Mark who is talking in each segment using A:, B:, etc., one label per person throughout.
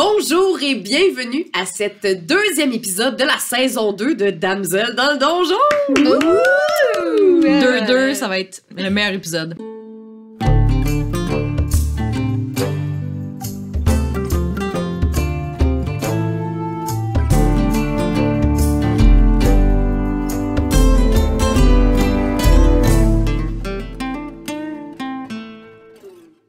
A: Bonjour et bienvenue à cet deuxième épisode de la saison 2 de Damsel dans le donjon.
B: 2-2, ça va être le meilleur épisode.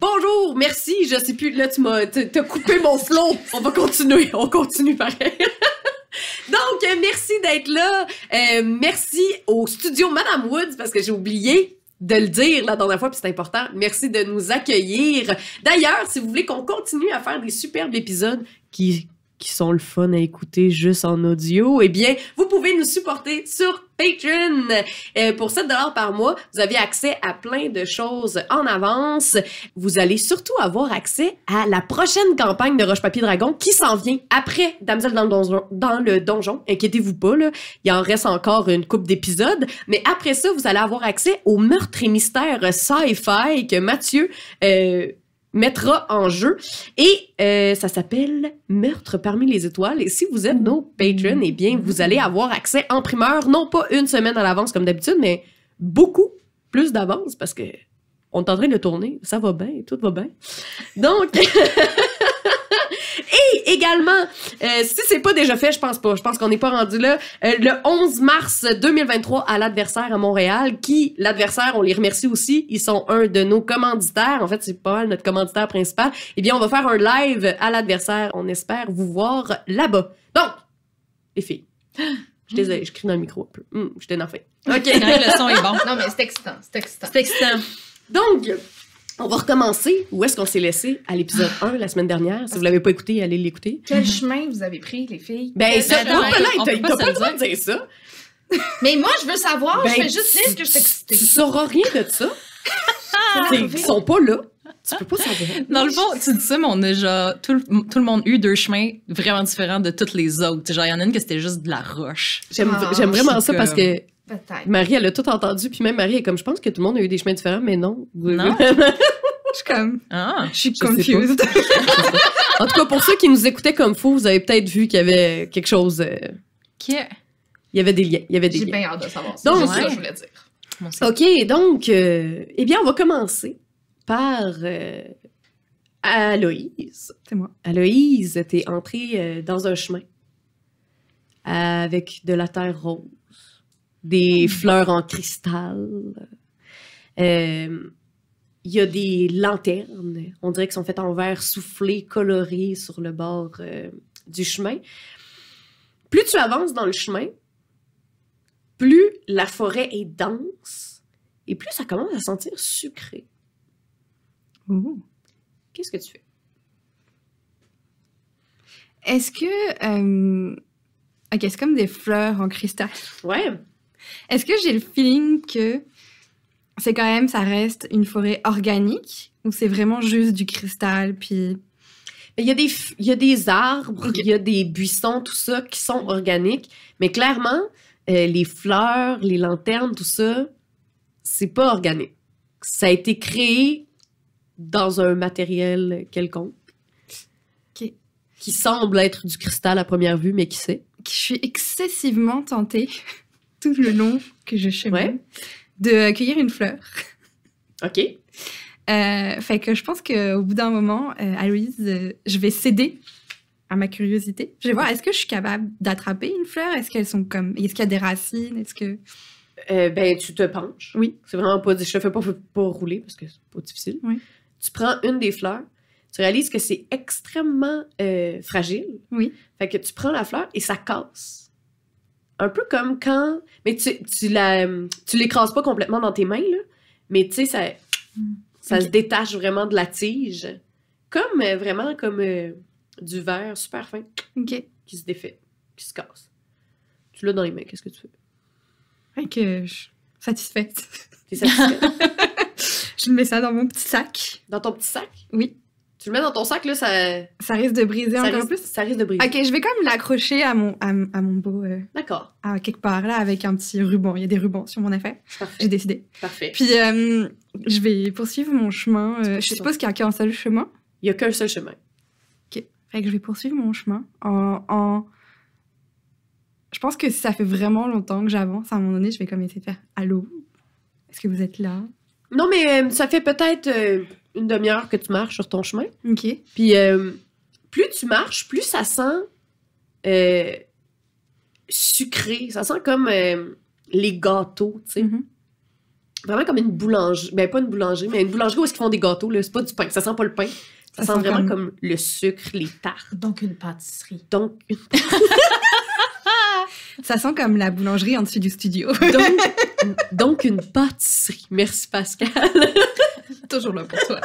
A: Bonjour, merci, je sais plus, là tu m'as t- t'as coupé mon flow. On va continuer, on continue pareil. Donc, euh, merci d'être là. Euh, merci au studio Madame Woods parce que j'ai oublié de le dire la dernière fois, puis c'est important. Merci de nous accueillir. D'ailleurs, si vous voulez qu'on continue à faire des superbes épisodes qui, qui sont le fun à écouter juste en audio, eh bien, vous pouvez nous supporter sur Patreon. Euh, pour 7 par mois, vous avez accès à plein de choses en avance. Vous allez surtout avoir accès à la prochaine campagne de Roche Papier Dragon qui s'en vient après Damsel dans le donjon. Dans le donjon. Inquiétez-vous pas, là, il en reste encore une coupe d'épisodes. Mais après ça, vous allez avoir accès au meurtre et mystère sci-fi que Mathieu euh, mettra en jeu. Et euh, ça s'appelle Meurtre parmi les étoiles. Et si vous êtes nos patrons, eh bien, vous allez avoir accès en primeur, non pas une semaine à l'avance comme d'habitude, mais beaucoup plus d'avance parce que on est en train de le tourner. Ça va bien, tout va bien. Donc. Et également, euh, si c'est pas déjà fait, je pense pas. Je pense qu'on n'est pas rendu là. Euh, le 11 mars 2023 à l'adversaire à Montréal, qui l'adversaire, on les remercie aussi. Ils sont un de nos commanditaires. En fait, c'est pas mal notre commanditaire principal. Eh bien, on va faire un live à l'adversaire. On espère vous voir là-bas. Donc, les filles, je suis désolée, je crie dans le micro un peu. Hum, je suis énervée. Ok.
B: le son est bon.
C: Non, mais c'est excitant, c'est excitant.
B: C'est excitant.
A: Donc, on va recommencer où est-ce qu'on s'est laissé à l'épisode 1 la semaine dernière. Si vous l'avez pas écouté, allez l'écouter.
C: Quel chemin vous avez pris, les filles?
A: Ben,
C: Quel-
A: ça,
B: attends,
A: Oups, là,
B: on
A: t'as
B: peut pas
A: t'as
B: se
A: pas le
B: le
A: droit de dire ça.
C: Mais moi, je veux savoir, Ah, je
A: Ben,
C: fais juste
A: tu-
C: dire que je Ah, suis excitée.
A: Tu sauras rien de ça.
C: Ça
A: Ils
C: m'arrive.
A: sont pas là. Tu peux pas savoir.
B: Dans le fond, tu dis ça, mais on a déjà tout, le- tout le monde eu deux chemins vraiment différents de toutes les autres. Genre, il y en a une que c'était juste de la roche.
A: J'aime,
C: Ah,
A: j'aime vraiment
B: c'est
A: ça
B: que-
A: parce que
C: Peut-être.
A: Marie, elle a tout entendu. Puis même Marie est comme, je pense que tout le monde a eu des chemins différents, mais non.
B: Non.
D: Je suis comme,
B: Ah!
D: je suis
A: sais pas.
D: confused.
A: en tout cas, pour ceux qui nous écoutaient comme faux, vous avez peut-être vu qu'il y avait quelque chose. euh,
B: Qui est?
A: il y avait des liens. Il y avait des
C: J'ai
A: liens.
C: bien hâte de savoir ça.
A: Donc,
C: c'est ça que
B: ouais.
C: je voulais dire.
B: Mon Dieu.
A: OK, donc, euh, eh bien, on va commencer par euh, Aloïse.
D: C'est moi.
A: Aloïse, t'es entrée euh, dans un chemin avec de la terre rose, des fleurs en cristal. Euh, Il y a des lanternes, on dirait qu'elles sont faites en verre soufflé, coloré sur le bord euh, du chemin. Plus tu avances dans le chemin, plus la forêt est dense et plus ça commence à sentir sucré.
D: Ouh.
A: Qu'est-ce que tu fais?
D: Est-ce que. euh, Ok, c'est comme des fleurs en cristal.
A: Ouais.
D: Est-ce que j'ai le feeling que c'est quand même, ça reste une forêt organique ou c'est vraiment juste du cristal puis.
A: Mais il y a des, f- il y a des arbres, il
D: Ok.
A: y a des buissons, tout ça, qui sont organiques. Mais clairement, euh, les fleurs, les lanternes, tout ça, c'est pas organique. Ça a été créé dans un matériel quelconque.
D: Ok.
A: Qui semble être du cristal à première vue, mais qui sait.
D: que Je suis excessivement tentée tout le long que je chemine
A: Ouais.
D: de cueillir une fleur.
A: OK.
D: Euh, fait que je pense qu'au bout d'un moment, euh, Aloïse, euh, je vais céder à ma curiosité. Je vais voir, est-ce que je suis capable d'attraper une fleur Est-ce qu'elles sont comme. Est-ce qu'il y a des racines Est-ce que.
A: Euh, ben, tu te penches.
D: Oui.
A: C'est vraiment pas. Je te fais pas, pas rouler parce que c'est pas difficile.
D: Oui.
A: Tu prends une des fleurs, tu réalises que c'est extrêmement euh, fragile.
D: Oui.
A: Fait que tu prends la fleur et ça casse. Un peu comme quand. Mais tu, tu la. Tu l'écrases pas complètement dans tes mains, là. Mais tu sais, ça.
D: Mm.
A: Ça
D: Ok.
A: se détache vraiment de la tige. Comme euh, vraiment comme euh, du verre super fin
D: Ok.
A: qui se défait, qui se casse. Tu l'as dans les mains, qu'est-ce que tu fais?
D: Fait que je suis satisfaite.
A: T'es satisfaite?
D: je mets ça dans mon petit sac.
A: dans ton petit sac?
D: Oui.
A: Tu le mets dans ton sac, là, ça,
D: Ça risque de briser
A: ça,
D: encore
A: risque,
D: plus.
A: ça risque de briser.
D: Ok, je vais comme l'accrocher à mon, à, m- à mon beau. euh,
A: D'accord.
D: à quelque part là, avec un petit ruban. Il y a des rubans sur mon affaire.
A: Parfait.
D: J'ai décidé.
A: Parfait.
D: Puis euh, je vais poursuivre mon chemin. euh, je suppose qu'il y a qu'un seul chemin.
A: Il n'y a qu'un seul chemin.
D: Ok. Fait que je vais poursuivre mon chemin en, en- Je pense que ça fait vraiment longtemps que j'avance. À un moment donné, je vais comme essayer de faire Allô Est-ce que vous êtes là
A: Non, mais euh, ça fait peut-être euh, une demi-heure que tu marches sur ton chemin.
D: Ok.
A: Puis euh, plus tu marches, plus ça sent euh, sucré. Ça sent comme euh, les gâteaux, tu sais.
D: Mhm.
A: Vraiment comme une boulangerie. Ben, pas une boulangerie, mais une boulangerie où est-ce qu'ils font des gâteaux, là. C'est pas du pain. Ça sent pas le pain. Ça, sent, vraiment comme... le sucre, les tartes.
C: Donc une pâtisserie.
A: Donc,
D: Ça sent comme la boulangerie en dessus du studio.
A: donc, donc une pâtisserie. Merci, Pascal.
B: Toujours là pour toi.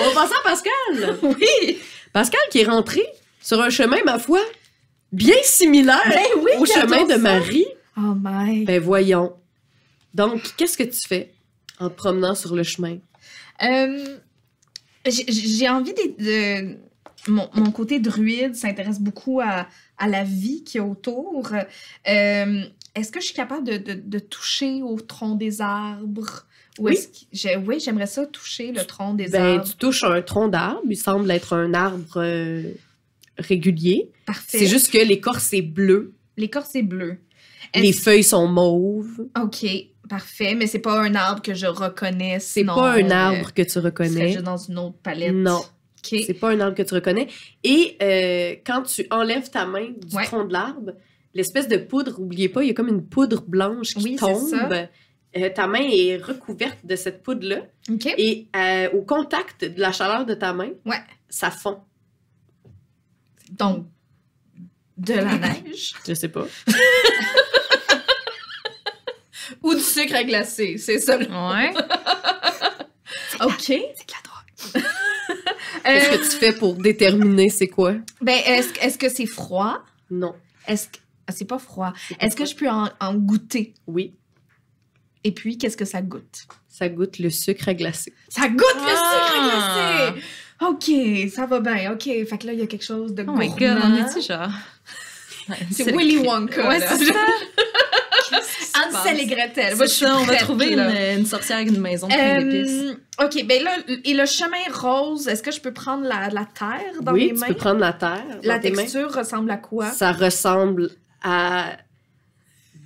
A: On va passer à Pascal.
C: Oui!
A: Pascal qui est rentré sur un chemin, ma foi, bien similaire
C: Ben oui,
A: au chemin de Marie.
C: Oh my.
A: Ben voyons. Donc, qu'est-ce que tu fais en te promenant sur le chemin?
C: Euh, j'ai- j'ai envie de. de- mon, mon côté druide s'intéresse beaucoup à, à la vie qui est autour. Euh, est-ce que je suis capable de, de- de toucher au tronc des arbres? Ou
A: Oui.
C: est-ce que j'ai- oui, j'aimerais ça toucher le tronc des
A: Ben,
C: arbres.
A: tu touches un tronc d'arbre. Il semble être un arbre euh, régulier.
C: Parfait.
A: C'est juste que l'écorce est bleue,
C: L'écorce est bleue. Est-ce-
A: les feuilles sont mauves.
C: Ok, parfait. Mais c'est pas un arbre que je reconnais.
A: C'est pas
C: euh,
A: un arbre que tu
C: C'est
A: reconnais.
C: juste dans une autre palette.
A: Non.
C: Ok.
A: C'est pas un arbre que tu reconnais. Et euh, quand tu enlèves ta main du
C: Ouais.
A: tronc de l'arbre, l'espèce de poudre, oubliez pas, il y a comme une poudre blanche qui
C: Oui, c'est
A: tombe.
C: ça.
A: Euh, ta main est recouverte de cette poudre-là.
C: Ok.
A: Et euh, au contact de la chaleur de ta main,
C: Ouais.
A: ça fond.
C: Donc, de la neige.
A: Je sais pas.
C: Ou du sucre à glacer, c'est ça. là.
B: Ouais.
C: OK.
D: C'est de la drogue.
A: Qu'est-ce
C: Euh,
A: que tu fais pour déterminer c'est quoi?
C: ben, est-ce que- est-ce que c'est froid?
A: Non.
C: Est-ce que... ah, c'est pas froid. Est-ce que je peux en, en goûter?
A: Oui,
C: Et puis, qu'est-ce que ça goûte?
A: ça goûte le sucre à glacer.
C: Ça goûte
B: Ah!
C: le sucre à glacer! OK, ça va bien. OK, fait que là, il y a quelque chose de
B: Oh
C: gourmand.
B: my god, on est-tu genre.
C: C'est Willy Wonka,
B: Ouais,
C: là.
B: c'est ça.
C: Ansel et Gretel. Moi,
B: C'est
C: je suis
B: ça, on va
C: prête,
B: trouver
C: là.
B: une, une sorcière avec une maison pleine d'épices.
C: Euh, OK, ben là, et le chemin rose, est-ce que je peux prendre la, la terre dans
A: oui,
C: mes
A: tu
C: mains?
A: peux prendre la terre.
C: La
A: dans tes mains.
C: texture ressemble à quoi?
A: Ça ressemble à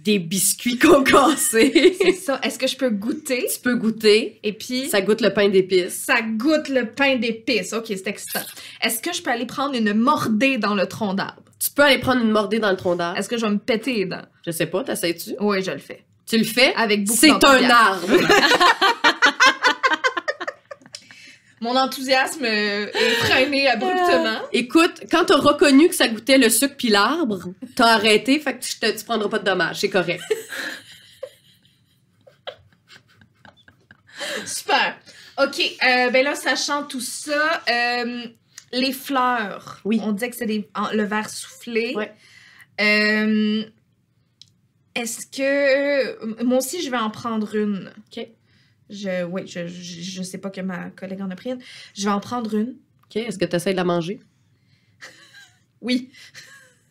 A: des biscuits concassés.
C: C'est ça. Est-ce que je peux goûter?
A: tu peux goûter.
C: Et puis, ça,
A: Ça goûte le pain d'épices.
C: goûte le pain d'épices. OK, c'est excitant. Est-ce que je peux aller prendre une mordée dans le tronc d'arbre?
A: Tu peux aller prendre une mordée dans le tronc d'arbre.
C: Est-ce que je vais me péter les dents?
A: Je sais pas, t'essayes-tu?
C: Oui, je le fais.
A: Tu le fais?
C: Avec beaucoup
A: C'est un
C: d'enthousiasme.
A: arbre!
C: Mon enthousiasme euh, est freiné abruptement.
A: Écoute, quand t'as reconnu que ça goûtait le sucre puis l'arbre, t'as arrêté, fait que tu, te- tu prendras pas de dommages, c'est correct.
C: Super. OK, euh, ben là, sachant tout ça, euh, les fleurs.
A: Oui.
C: On disait que c'est des- en- le verre soufflé.
A: Ouais.
C: Euh, Est-ce que... euh, Moi aussi, je vais en prendre une.
A: OK.
C: Je, oui, je, je, je sais pas que ma collègue en a pris une. Je vais en prendre une.
A: OK, est-ce que tu essaies de la manger?
C: Oui.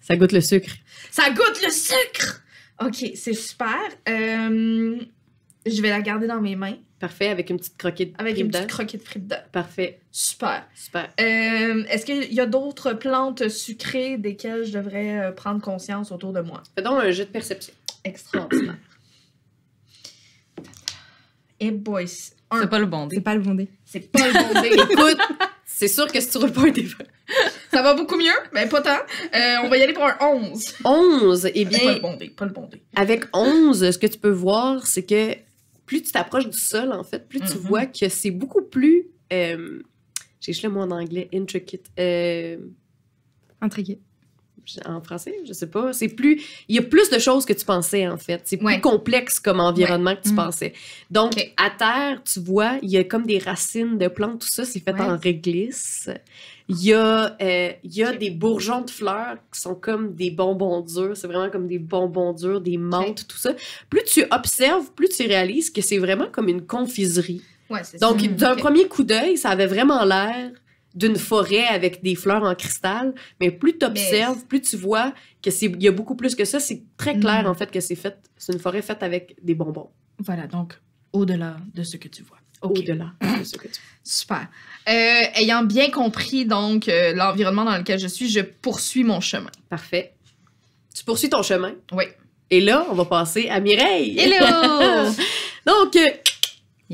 A: Ça goûte le sucre.
C: Ça goûte le sucre! OK, c'est super. Euh, je vais la garder dans mes mains
A: Parfait, avec une petite croquée de
C: avec
A: prime
C: une
A: dedans.
C: petite croquette de frites dedans.
A: Parfait,
C: Super.
A: super.
C: Euh, Est-ce qu'il y a d'autres plantes sucrées desquelles je devrais euh, prendre conscience autour de moi?
A: Fais donc un jeu de perception.
C: Extraordinaire. Et boys, Eh un,
B: C'est pas le bon dé.
D: C'est pas le bon dé.
C: c'est pas le bon dé.
A: Écoute, c'est sûr que si tu roules pas un dé vingt.
C: Ça va beaucoup mieux, mais pas tant. Euh, on va y aller pour un 11.
A: 11, eh
C: C'est Pas le
A: bien,
C: bon dé, pas le bon dé.
A: avec 11, ce que tu peux voir, c'est que plus tu t'approches du sol, en fait, plus tu
C: Mhm.
A: vois que c'est beaucoup plus... euh, J'ai juste le mot en anglais, intricate. euh,
D: Intrigué.
A: en français, je sais pas. C'est plus, il y a plus de choses que tu pensais en fait. C'est plus
C: Ouais.
A: complexe comme environnement que tu
B: Mm.
A: pensais. Donc
C: Ok.
A: à terre, tu vois, il y a comme des racines de plantes, tout ça, c'est fait
C: Ouais.
A: en réglisse. Il y a, euh, il y a
C: Ok.
A: des bourgeons de fleurs qui sont comme des bonbons durs. C'est vraiment comme des bonbons durs, des menthes, tout ça. Plus tu observes, plus tu réalises que c'est vraiment comme une confiserie.
C: Ouais, c'est
A: Donc,
C: ça.
B: Mm,
A: d'un
C: Hmm, ok.
A: premier coup d'œil, ça avait vraiment l'air d'une forêt avec des fleurs en cristal, mais plus tu observes, plus tu vois que c'est il y a beaucoup plus que ça, c'est très clair
C: Mhm.
A: en fait que c'est fait c'est une forêt faite avec des bonbons.
C: Voilà, donc au-delà de ce que tu vois. Ok.
A: au-delà de ce que tu
C: Super. Euh, ayant bien compris donc euh, l'environnement dans lequel je suis, je poursuis mon chemin.
A: Parfait. Tu poursuis ton chemin.
C: Oui.
A: Et là, on va passer à Mireille.
C: Hello!
A: Donc, euh,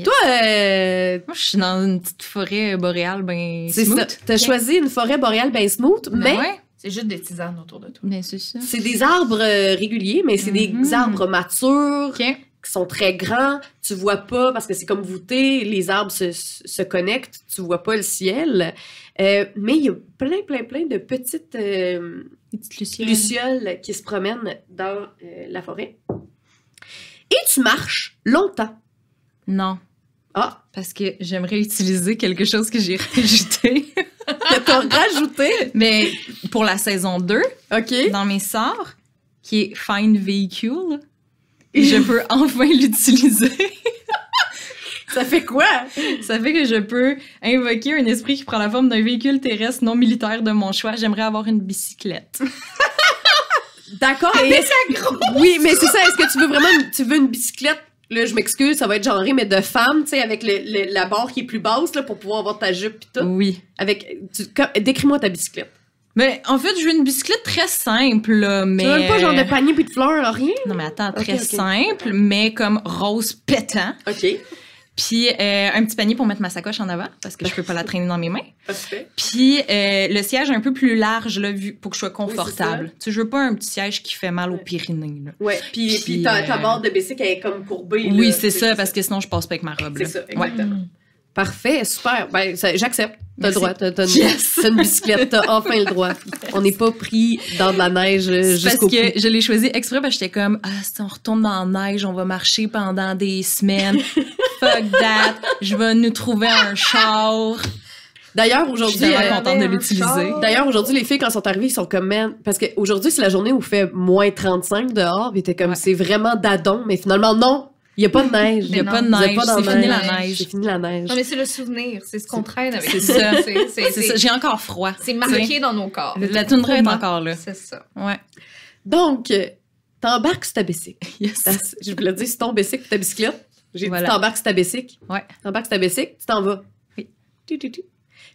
B: Yes.
A: toi, euh,
B: Moi, je suis dans une petite forêt boréale, ben.
A: c'est ça.
B: smooth.
A: T'as choisi une forêt boréale bien smooth,
B: Ben
A: mais
B: ouais.
C: C'est juste des tisanes autour de toi.
B: Ben, c'est ça.
A: c'est des arbres euh, réguliers, mais c'est des
B: Mhm.
A: arbres matures
B: Ok.
A: qui sont très grands. Tu vois pas parce que c'est comme voûté, les arbres se, se se connectent, tu vois pas le ciel. Euh, mais il y a plein, plein, plein de petites euh,
B: Des petites lucioles.
A: lucioles qui se promènent dans euh, la forêt. Et tu marches longtemps.
B: Non.
A: Ah,
B: Parce que j'aimerais utiliser quelque chose que j'ai rajouté.
A: t'as t'as rajouté.
B: mais pour la saison 2,
A: OK.
B: dans mes sorts, qui est Find Vehicle, je peux enfin l'utiliser.
A: Ça fait quoi?
B: Ça fait que je peux invoquer un esprit qui prend la forme d'un véhicule terrestre non militaire de mon choix. J'aimerais avoir une bicyclette.
A: D'accord. Mais Oui, mais c'est ça. Est-ce que tu veux vraiment, une- tu veux une bicyclette? Là, je m'excuse, ça va être genré, mais de femme, tu sais, avec le- le- la barre qui est plus basse, là, pour pouvoir avoir ta jupe pis tout.
B: Oui.
A: Avec, tu- co- décris-moi ta bicyclette.
B: Mais en fait, je veux une bicyclette très simple, là, mais.
A: Tu veux pas genre de panier puis de fleurs, là, rien?
B: Non, mais attends,
A: Ok,
B: très
A: ok.
B: simple, mais comme rose pétant.
A: OK.
B: Puis euh, un petit panier pour mettre ma sacoche en avant, parce que je peux pas la traîner dans mes mains.
A: Parfait.
B: Puis euh, le siège un peu plus large, là, vu, pour que je sois confortable.
A: Oui,
B: tu sais, je veux pas un petit siège qui fait mal aux
A: Ouais.
B: Pyrénées, là.
A: Ouais. Puis,
B: Puis,
A: puis ta, ta
B: euh,
A: barre de bicycle, elle est comme courbée. là.
B: Oui, c'est ça, parce que sinon, je passe pas avec ma robe,
A: C'est
B: là.
A: ça,
B: Ouais.
A: exactement. Parfait, super. Ben, ça- j'accepte. T'as le
B: Merci.
A: droit. T'as t'as une,
B: Yes!
A: t'as une bicyclette. T'as enfin le droit. On n'est pas pris dans de la neige euh,
B: C'est parce
A: jusqu'au cou.
B: que je l'ai choisi exprès parce que j'étais comme ah si on retourne dans la neige on va marcher pendant des semaines fuck that je vais nous trouver un char
A: D'ailleurs,
B: je
A: aujourd'hui,
B: suis tellement
A: euh,
B: contente de
C: un
B: l'utiliser
C: char.
A: D'ailleurs, aujourd'hui, les filles, quand elles sont arrivées, ils sont comme, man, parce qu'aujourd'hui, c'est la journée où il fait moins 35 dehors, puis t'es comme,
B: Ouais.
A: c'est vraiment dadon, mais finalement, non, il n'y a pas de neige.
B: il y a
C: Mais
B: pas de
C: non,
A: Vous êtes
B: neige
A: pas dans
B: c'est fini la
A: C'est
B: neige
A: fini la neige.
C: Non, mais c'est le souvenir, c'est ce qu'on traîne avec
B: c'est
C: nous.
B: ça.
C: C'est- c'est-
B: c'est ça j'ai encore froid
C: C'est marqué dans nos corps.
B: la toundra est
D: trauma.
B: encore là
C: C'est ça.
B: ouais
A: Donc, euh, t'embarques sur ta bicycle.
B: yes.
A: Parce- Je voulais dire, c'est ton bicycle, ta bicyclette. J'ai
B: Voilà.
A: dit, t'embarques sur ta bicycle.
B: Ouais.
A: T'embarques sur ta bicycle, tu t'en vas.
B: Oui.
A: Tu, tu, tu.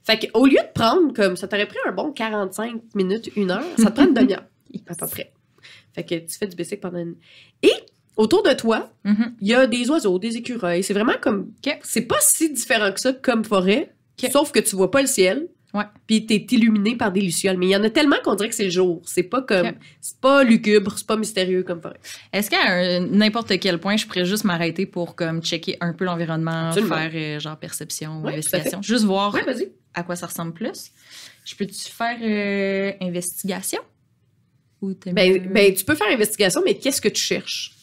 A: Fait qu'au lieu de prendre comme, ça t'aurait pris un bon 45 minutes, une heure, ça te prend une demi-heure, à peu près. Fait que tu fais du bicycle pendant une... Et autour de toi,
B: Mhm.
A: Il y a des oiseaux, des écureuils. C'est vraiment comme.
B: Ok.
A: C'est pas si différent que ça comme forêt.
B: Ok.
A: Sauf que tu vois pas le ciel.
B: Ouais.
A: Puis t'es illuminé par des lucioles. Mais il y en a tellement qu'on dirait que c'est le jour. C'est pas comme.
B: Ok.
A: C'est pas lugubre, c'est pas mystérieux comme forêt.
B: est-ce qu'à un- n'importe quel point je pourrais juste m'arrêter pour comme checker un peu l'environnement
A: Absolument.
B: faire euh, genre perception ou
A: Ouais,
B: investigation juste voir
A: Ouais, vas-y.
B: à quoi ça ressemble plus. Je peux-tu faire euh, investigation? Ou t'es mieux?
A: Ben, ben, tu peux faire investigation, mais qu'est-ce que tu cherches?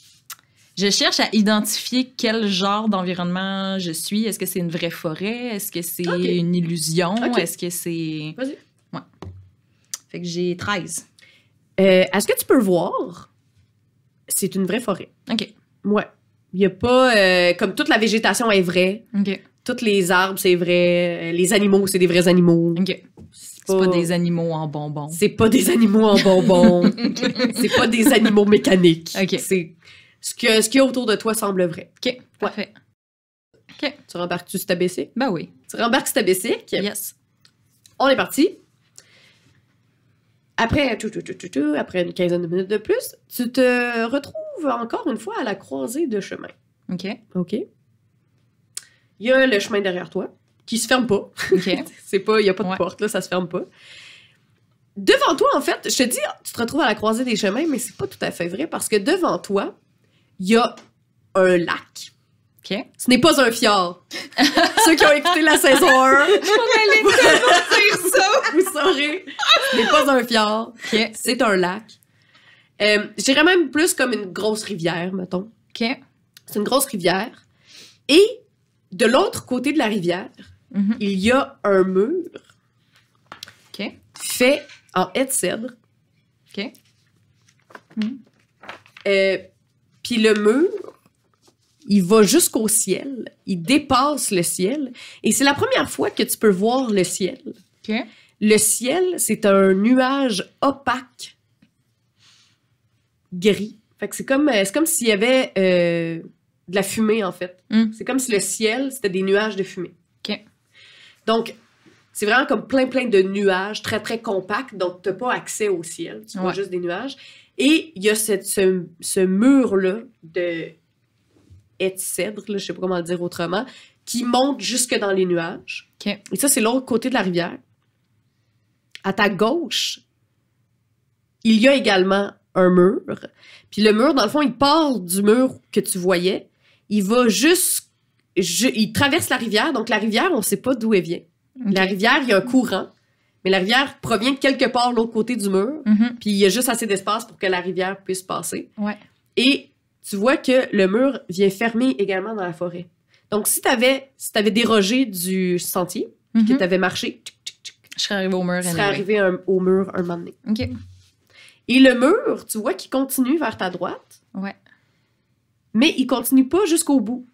B: Je cherche à identifier quel genre d'environnement je suis. Est-ce que c'est une vraie forêt? Est-ce que c'est
A: Ok.
B: une illusion?
A: Ok.
B: Est-ce que c'est...
A: Vas-y.
B: Ouais. Fait que j'ai 13.
A: Euh, Est-ce que tu peux voir? C'est une vraie forêt.
B: OK.
A: Ouais. Il y a pas. euh, comme toute la végétation est vraie.
B: OK.
A: Tous les arbres, c'est vrai. Euh, Les animaux, c'est des vrais animaux.
B: OK. C'est pas...
A: Oh.
B: des animaux en bonbons.
A: C'est pas des animaux en bonbons. c'est pas des animaux mécaniques.
B: Ok.
A: C'est ce que ce qu'il y a autour de toi semble vrai.
B: OK. Parfait.
A: Tu rembarques-tu sur ta bicycle?
B: Ben oui.
A: Tu rembarques sur ta bicycle.
B: Yes.
A: On est parti. Après, tout, tout, tout, tout, tout, après une quinzaine de minutes de plus, tu te retrouves encore une fois à la croisée de chemin.
B: OK.
A: OK? Il y a le chemin derrière toi qui se ferme pas.
B: OK.
A: C'est pas, il y a pas de
B: Ouais.
A: porte là, ça se ferme pas. Devant toi, en fait, je te dis, tu te retrouves à la croisée des chemins, mais c'est pas tout à fait vrai parce que devant toi, il y a un lac.
B: OK.
A: Ce n'est pas un fjord. Ceux qui ont écouté la saison 1, vous saurez. Ce n'est pas un fjord,
B: OK.
A: c'est un lac. Euh, J'irais même plus comme une grosse rivière, mettons.
B: OK.
A: C'est une grosse rivière. Et de l'autre côté de la rivière,
B: Mhm.
A: il y a un mur
B: OK.
A: fait en haie de cèdre.
B: OK. Mhm.
A: Euh, Puis le mur, il va jusqu'au ciel, il dépasse le ciel. Et c'est la première fois que tu peux voir le ciel.
B: OK.
A: Le ciel, c'est un nuage opaque, gris. Fait que c'est comme, euh, c'est comme s'il y avait euh, de la fumée, en fait.
B: Mm.
A: C'est comme si le ciel, c'était des nuages de fumée.
B: OK.
A: Donc, c'est vraiment comme plein, plein de nuages, très, très compacts. Donc, tu n'as pas accès au ciel. Tu vois
B: Ouais.
A: juste des nuages. Et il y a cette- ce, ce mur-là de cèdre, je ne sais pas comment le dire autrement, qui monte jusque dans les nuages.
B: OK.
A: Et ça, c'est l'autre côté de la rivière. À ta gauche, il y a également un mur. Puis le mur, dans le fond, il part du mur que tu voyais. Il va juste. ju- il traverse la rivière. Donc, la rivière, on ne sait pas d'où elle vient. La rivière, il y a un courant. Mais la rivière provient de quelque part l'autre côté du mur.
B: Mhm.
A: Puis il y a juste assez d'espace pour que la rivière puisse passer.
B: Ouais.
A: Et tu vois que le mur vient fermer également dans la forêt. Donc, si tu avais, si t'avais dérogé du sentier, que
B: Mhm.
A: tu avais marché, tchic, tchic, tchic,
B: Je serais arrivée au mur.
A: tu serais
B: anyway.
A: arrivé un- au mur un moment donné.
B: OK.
A: Et le mur, tu vois qu'il continue vers ta droite.
B: Ouais.
A: Mais il continue pas jusqu'au bout.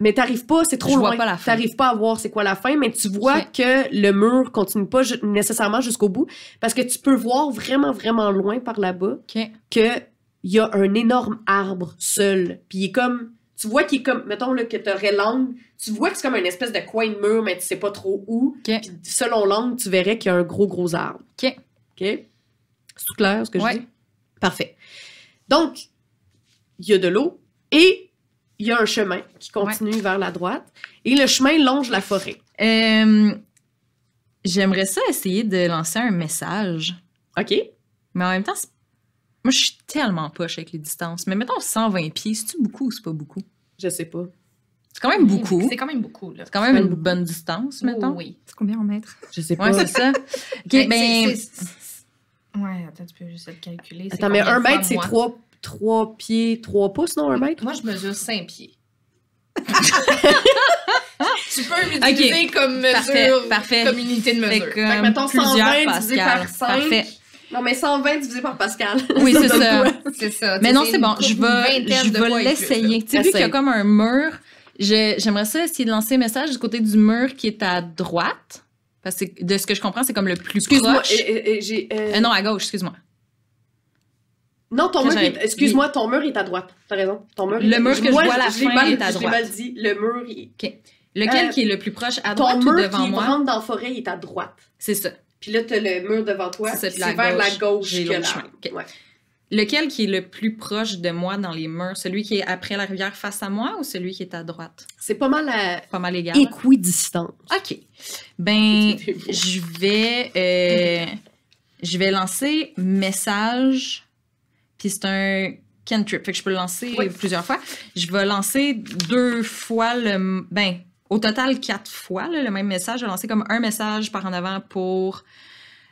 A: Mais t'arrives pas, c'est trop
B: Je vois
A: loin.
B: pas la fin.
A: T'arrives pas à voir c'est quoi la fin, mais tu vois
B: Ok.
A: que le mur continue pas ju- nécessairement jusqu'au bout parce que tu peux voir vraiment vraiment loin par là-bas
B: OK.
A: que il y a un énorme arbre seul. Puis il est comme tu vois qu'il est comme mettons là que t'aurais l'angle, tu vois que c'est comme une espèce de coin de mur mais tu sais pas trop où.
B: Ok.
A: Puis selon l'angle, tu verrais qu'il y a un gros gros arbre.
B: Ok.
A: OK. C'est tout clair ce que je
B: Ouais.
A: dis Parfait. Donc il y a de l'eau et il y a un chemin qui continue vers la droite et le chemin longe la forêt.
B: Euh, J'aimerais ça essayer de lancer un message.
A: OK
B: Mais en même temps, c'est- moi, je suis tellement poche avec les distances. Mais mettons 120 pieds, c'est-tu beaucoup ou c'est pas beaucoup?
A: Je sais pas.
B: C'est quand même beaucoup.
C: C'est
B: C'est
C: quand même beaucoup, là.
B: quand même
A: c'est
B: une
A: beaucoup.
B: bonne distance, mettons.
C: Oui.
D: C'est combien en mètres
A: Je sais pas.
B: Ouais, c'est ça. OK,
C: Mais
B: ben...
C: c'est- c'est- c'est- Ouais, attends, tu peux juste le calculer. c'est
A: Attends, mais
C: combien
A: un
C: de fois
A: mètre, c'est
C: moi?
A: trois, trois pieds, trois pouces, non, un mètre?
C: Moi, je mesure 5 pieds. tu peux m'utiliser comme mesure,
B: Parfait, parfait.
C: comme unité de
B: Fait
C: mesure.
B: que, euh,
A: que mettons,
B: plusieurs
A: 120 divisé par
B: Pascal.
A: cinq.
B: Parfait.
A: Non, mais 120 divisé par Pascal.
B: Oui, c'est ça.
C: C'est Ah, ça.
B: Mais
C: tu
B: non,
C: sais,
B: c'est
C: une
B: bon,
C: couple,
B: je
C: une
B: vais,
C: vingtaine
B: je
C: de fois
B: vais
C: et plus, là.
B: l'essaye. Tu sais, vu qu'il y a
A: Essaye.
B: comme un mur, je- j'aimerais ça essayer de lancer un message du côté du mur qui est à droite. Parce que de ce que je comprends, c'est comme le plus
A: Excuse-moi,
B: proche.
A: eh, eh, eh, j'ai. euh,
B: Euh, non, à gauche, excuse-moi.
A: non, ton
B: que
A: mur,
B: j'avais-
A: est- excuse-moi, ton mur est à droite. T'as raison. Ton mur.
B: Le
A: est-
B: mur que je
A: moi,
B: vois à la
A: je l'ai
B: fin
A: mal-
B: est à
A: Je l'ai
B: droite.
A: mal dit. Le mur, il-
B: Lequel
A: Euh,
B: qui est le plus proche, à
A: ton
B: droite ou
A: mur
B: devant
A: qui
B: moi?
A: rentre dans la forêt, il est à droite.
B: C'est ça.
A: Puis là, t'as le mur devant toi.
B: C'est ça,
A: puis
B: puis
A: C'est
B: la
A: vers la
B: gauche,
A: gauche
B: j'ai
A: que
B: l'autre
A: la-
B: chemin. Ok.
A: Ouais.
B: Lequel qui est le plus proche de moi dans les murs? Celui qui est après la rivière face à moi ou celui qui est à droite?
A: C'est pas mal à
B: Pas mal égal. là.
A: équidistant.
B: OK. Ben,
A: C'est beau.
B: je vais, euh, je vais lancer message, puis c'est un cantrip, fait que je peux le lancer
A: Oui.
B: plusieurs fois. Je vais lancer deux fois le... Ben, au total, quatre fois là, le même message. Je vais lancer comme un message par en avant pour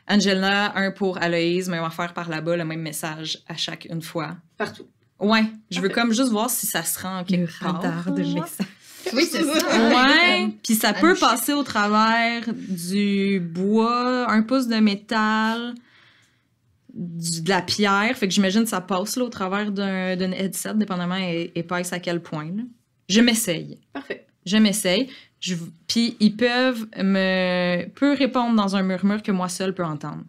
B: Angela, un pour Aloïse, mais on va faire par là-bas le même message à chaque une fois.
A: Partout.
B: Ouais, je veux comme juste voir si ça se rend en quelque part.
D: radar de
B: genre.
D: messages.
C: Oui, c'est ça.
B: Ouais, puis ça
C: un
B: peut
C: chien.
B: passer au travers du bois, un pouce de métal, du- de la pierre. Fait que j'imagine que ça passe là, au travers d'un d'un headset, dépendamment é- épaisse à quel point. là. Je m'essaye.
A: Parfait.
B: Je m'essaye. Je- Puis ils peuvent me peut répondre dans un murmure que moi seule peux entendre.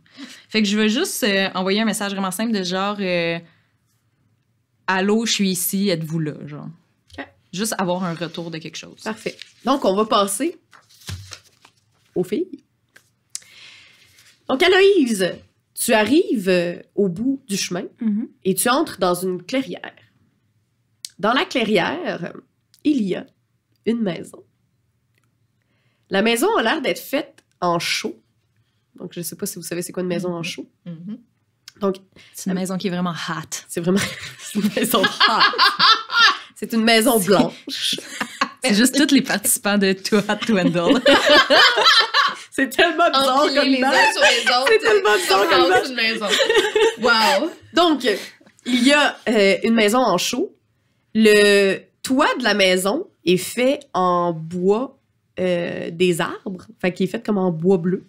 B: Fait que je veux juste euh, envoyer un message vraiment simple de genre euh, Allô, je suis ici, êtes-vous là? Genre.
A: Ok.
B: Juste avoir un retour de quelque chose.
A: Parfait. Donc, on va passer aux filles. Donc, Aloïse, tu arrives euh, au bout du chemin
D: Mhm.
A: et tu entres dans une clairière. Dans la clairière, euh, il y a une maison. La maison a l'air d'être faite en chaux. Donc, je ne sais pas si vous savez c'est quoi une maison en chaux.
C: Mhm.
B: C'est une maison qui est vraiment hot.
A: C'est vraiment c'est une maison hot. C'est une maison blanche.
B: C'est juste tous les participants de Too Hot to Handle.
A: C'est tellement bizarre
C: Empiler
A: comme
C: les Ah,
A: nom.
C: uns sur les autres.
A: C'est tellement bizarre comme
C: comme une maison. Wow.
A: Donc, il y a euh, une maison en chaux. Le toit de la maison est fait en bois euh, des arbres, fait qu'il est fait comme en bois bleu.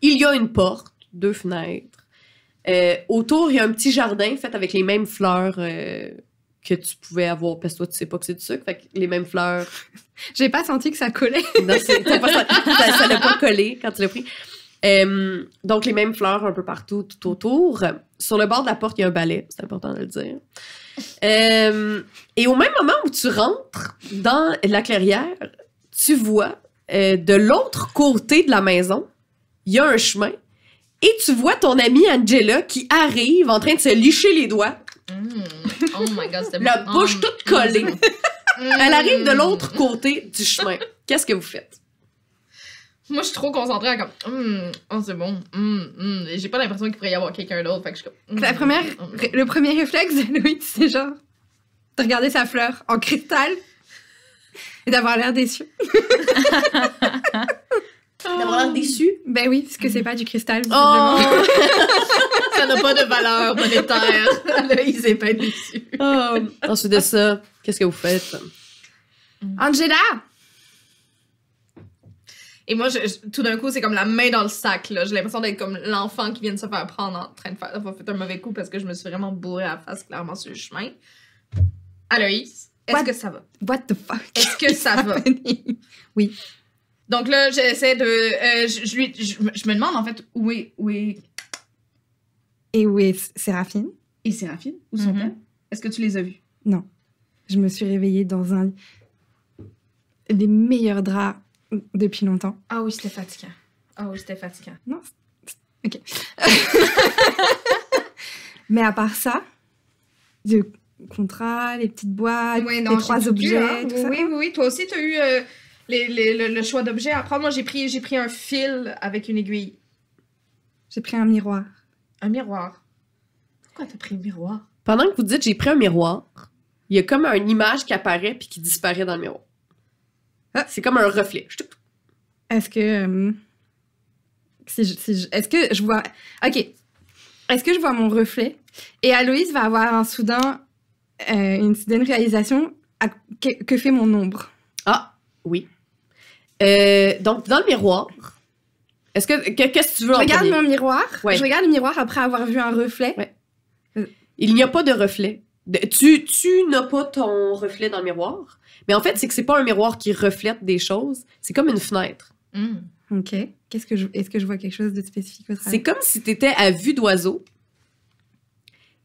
A: Il y a une porte, deux fenêtres. Euh, autour, il y a un petit jardin fait avec les mêmes fleurs euh, que tu pouvais avoir. Parce que toi, tu sais pas que c'est du sucre, fait que les mêmes fleurs
D: J'ai pas senti que ça collait.
A: non, c'est- t'as pas- ça ça n'a pas collé quand tu l'as pris. Euh, donc, les mêmes fleurs un peu partout, tout autour. Sur le bord de la porte, il y a un balai, c'est important de le dire. Euh, et au même moment où tu rentres dans la clairière, tu vois euh, de l'autre côté de la maison, il y a un chemin. Et tu vois ton amie Angela qui arrive en train de se licher les doigts.
C: Mm. Oh my god, c'était
A: La
C: bon.
A: bouche
C: Mm.
A: toute collée.
C: Mm.
A: Elle arrive de l'autre côté du chemin. Qu'est-ce que vous faites?
C: Moi, je suis trop concentrée à comme. Mm. Oh, c'est bon. Mm. Mm. Et J'ai pas l'impression qu'il pourrait y avoir quelqu'un d'autre. Fait que je suis comme. mm.
D: La première,
C: Mm.
D: le premier réflexe de Louis, c'est genre de regarder sa fleur en cristal et d'avoir l'air déçu.
A: D'avoir l'air déçu?
D: Ben oui, parce que c'est pas du cristal.
A: Oh!
D: visiblement.
C: Ça n'a pas de valeur monétaire. Là, il s'est pas déçu.
A: Euh, ensuite de ça, qu'est-ce que vous faites?
D: Angela,
C: Et moi, je- je- tout d'un coup, c'est comme la main dans le sac. là. J'ai l'impression d'être comme l'enfant qui vient de se faire prendre en train de faire d'avoir fait un mauvais coup parce que je me suis vraiment bourrée à la face clairement sur le chemin. Aloïs, est-ce
D: What?
C: que ça va?
D: what the fuck?
C: Est-ce que ça va? Donc là, j'essaie de. euh, je, je lui, je, je me demande en fait où est, où est
D: Et où est Séraphine?
C: et Séraphine? Où sont-elles? Est-ce que tu les as vus?
D: Je me suis réveillée dans un lit. Les meilleurs draps depuis longtemps.
C: Ah oui, c'était fatigant. Ah oui, c'était fatigant.
D: Mais à part ça, le contrat, les petites boîtes,
C: Oui,
D: Ah, les trois objets, hein, tout
C: hein, oui,
D: ça.
C: oui, oui, oui. Toi aussi, tu as eu euh, les- les- le, le choix d'objets à prendre. Moi, j'ai pris, j'ai pris un fil avec une aiguille.
D: J'ai pris un miroir.
C: Un miroir. Pourquoi t'as pris un miroir?
A: Pendant que vous dites j'ai pris un miroir, il y a comme une image qui apparaît puis qui disparaît dans le miroir.
D: Ah.
A: C'est comme un reflet. Chut.
D: Est-ce que. euh, si je- si je- Est-ce que je vois. Ok. Est-ce que je vois mon reflet Et Aloïse va avoir un soudain, euh, une soudaine réalisation à- que, que fait mon ombre.
A: Ah, oui. Euh, donc, dans le miroir, est-ce que. que- Qu'est-ce que tu veux
D: Je
A: en
D: regarde
A: premier?
D: mon miroir.
A: Ouais.
D: Je regarde le miroir après avoir vu un reflet.
A: Ouais. Il n'y a pas de reflet. De- Tu, tu n'as pas ton reflet dans le miroir, mais en fait, c'est que c'est pas un miroir qui reflète des choses, c'est comme une fenêtre.
C: Hmm.
D: Ok. Qu'est-ce que je. Est-ce que je vois quelque chose de spécifique au travers
A: C'est comme si tu étais à vue d'oiseau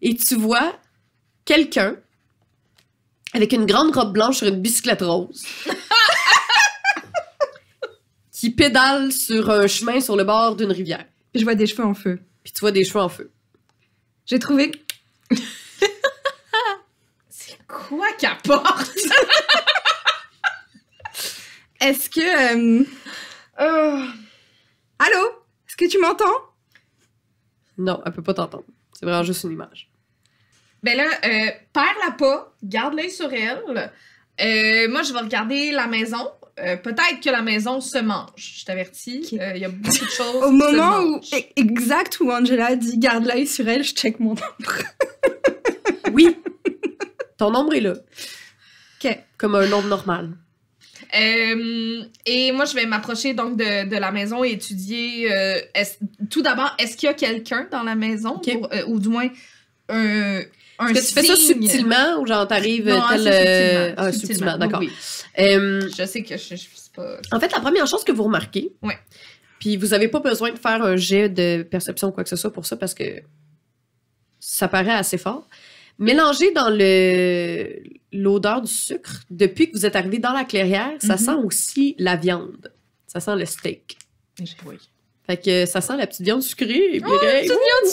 A: et tu vois quelqu'un avec une grande robe blanche sur une bicyclette rose qui pédale sur un chemin sur le bord d'une rivière.
D: Je vois des cheveux en feu.
A: Puis tu vois des cheveux en feu.
D: J'ai trouvé.
C: C'est quoi qu'apporte?
D: Est-ce que. euh, Allô Est-ce que tu m'entends
A: Non, elle peut pas t'entendre. C'est vraiment juste une image.
C: Ben là, euh, perds-la pas, garde l'œil sur elle. Euh, moi, je vais regarder la maison. Euh, Peut-être que la maison se mange. Je t'avertis,
D: Ok.
C: euh, il y a beaucoup de choses.
D: Au
C: qui se
D: moment où,
C: mangent.
D: e- exact où Angela dit garde l'œil sur elle, je check mon ombre.
A: Oui, ton ombre est là.
D: Ok.
A: Comme un ombre normal.
C: Euh, et moi, je vais m'approcher donc de, de la maison et étudier. euh, est-ce- tout d'abord, est-ce qu'il y a quelqu'un dans la maison
A: Ok.
C: Pour, euh, ou du moins un, un
A: Est-ce que tu fais ça
C: signe.
A: subtilement ou genre t'arrives
C: Non,
A: tel.
C: assez
A: euh,
C: subtilement,
A: ah,
C: subtilement,
A: subtilement, d'accord.
C: oui,
A: Euh,
C: oui. Je sais que je, je suis pas.
A: en fait, la première chose que vous remarquez,
C: Ouais.
A: puis vous n'avez pas besoin de faire un jet de perception ou quoi que ce soit pour ça parce que ça paraît assez fort. Mélangé dans le l'odeur du sucre, depuis que vous êtes arrivé dans la clairière, ça
C: Mhm.
A: sent aussi la viande. Ça sent le steak. Fait que ça sent la petite viande sucrée
C: Oh,
A: et puis hey,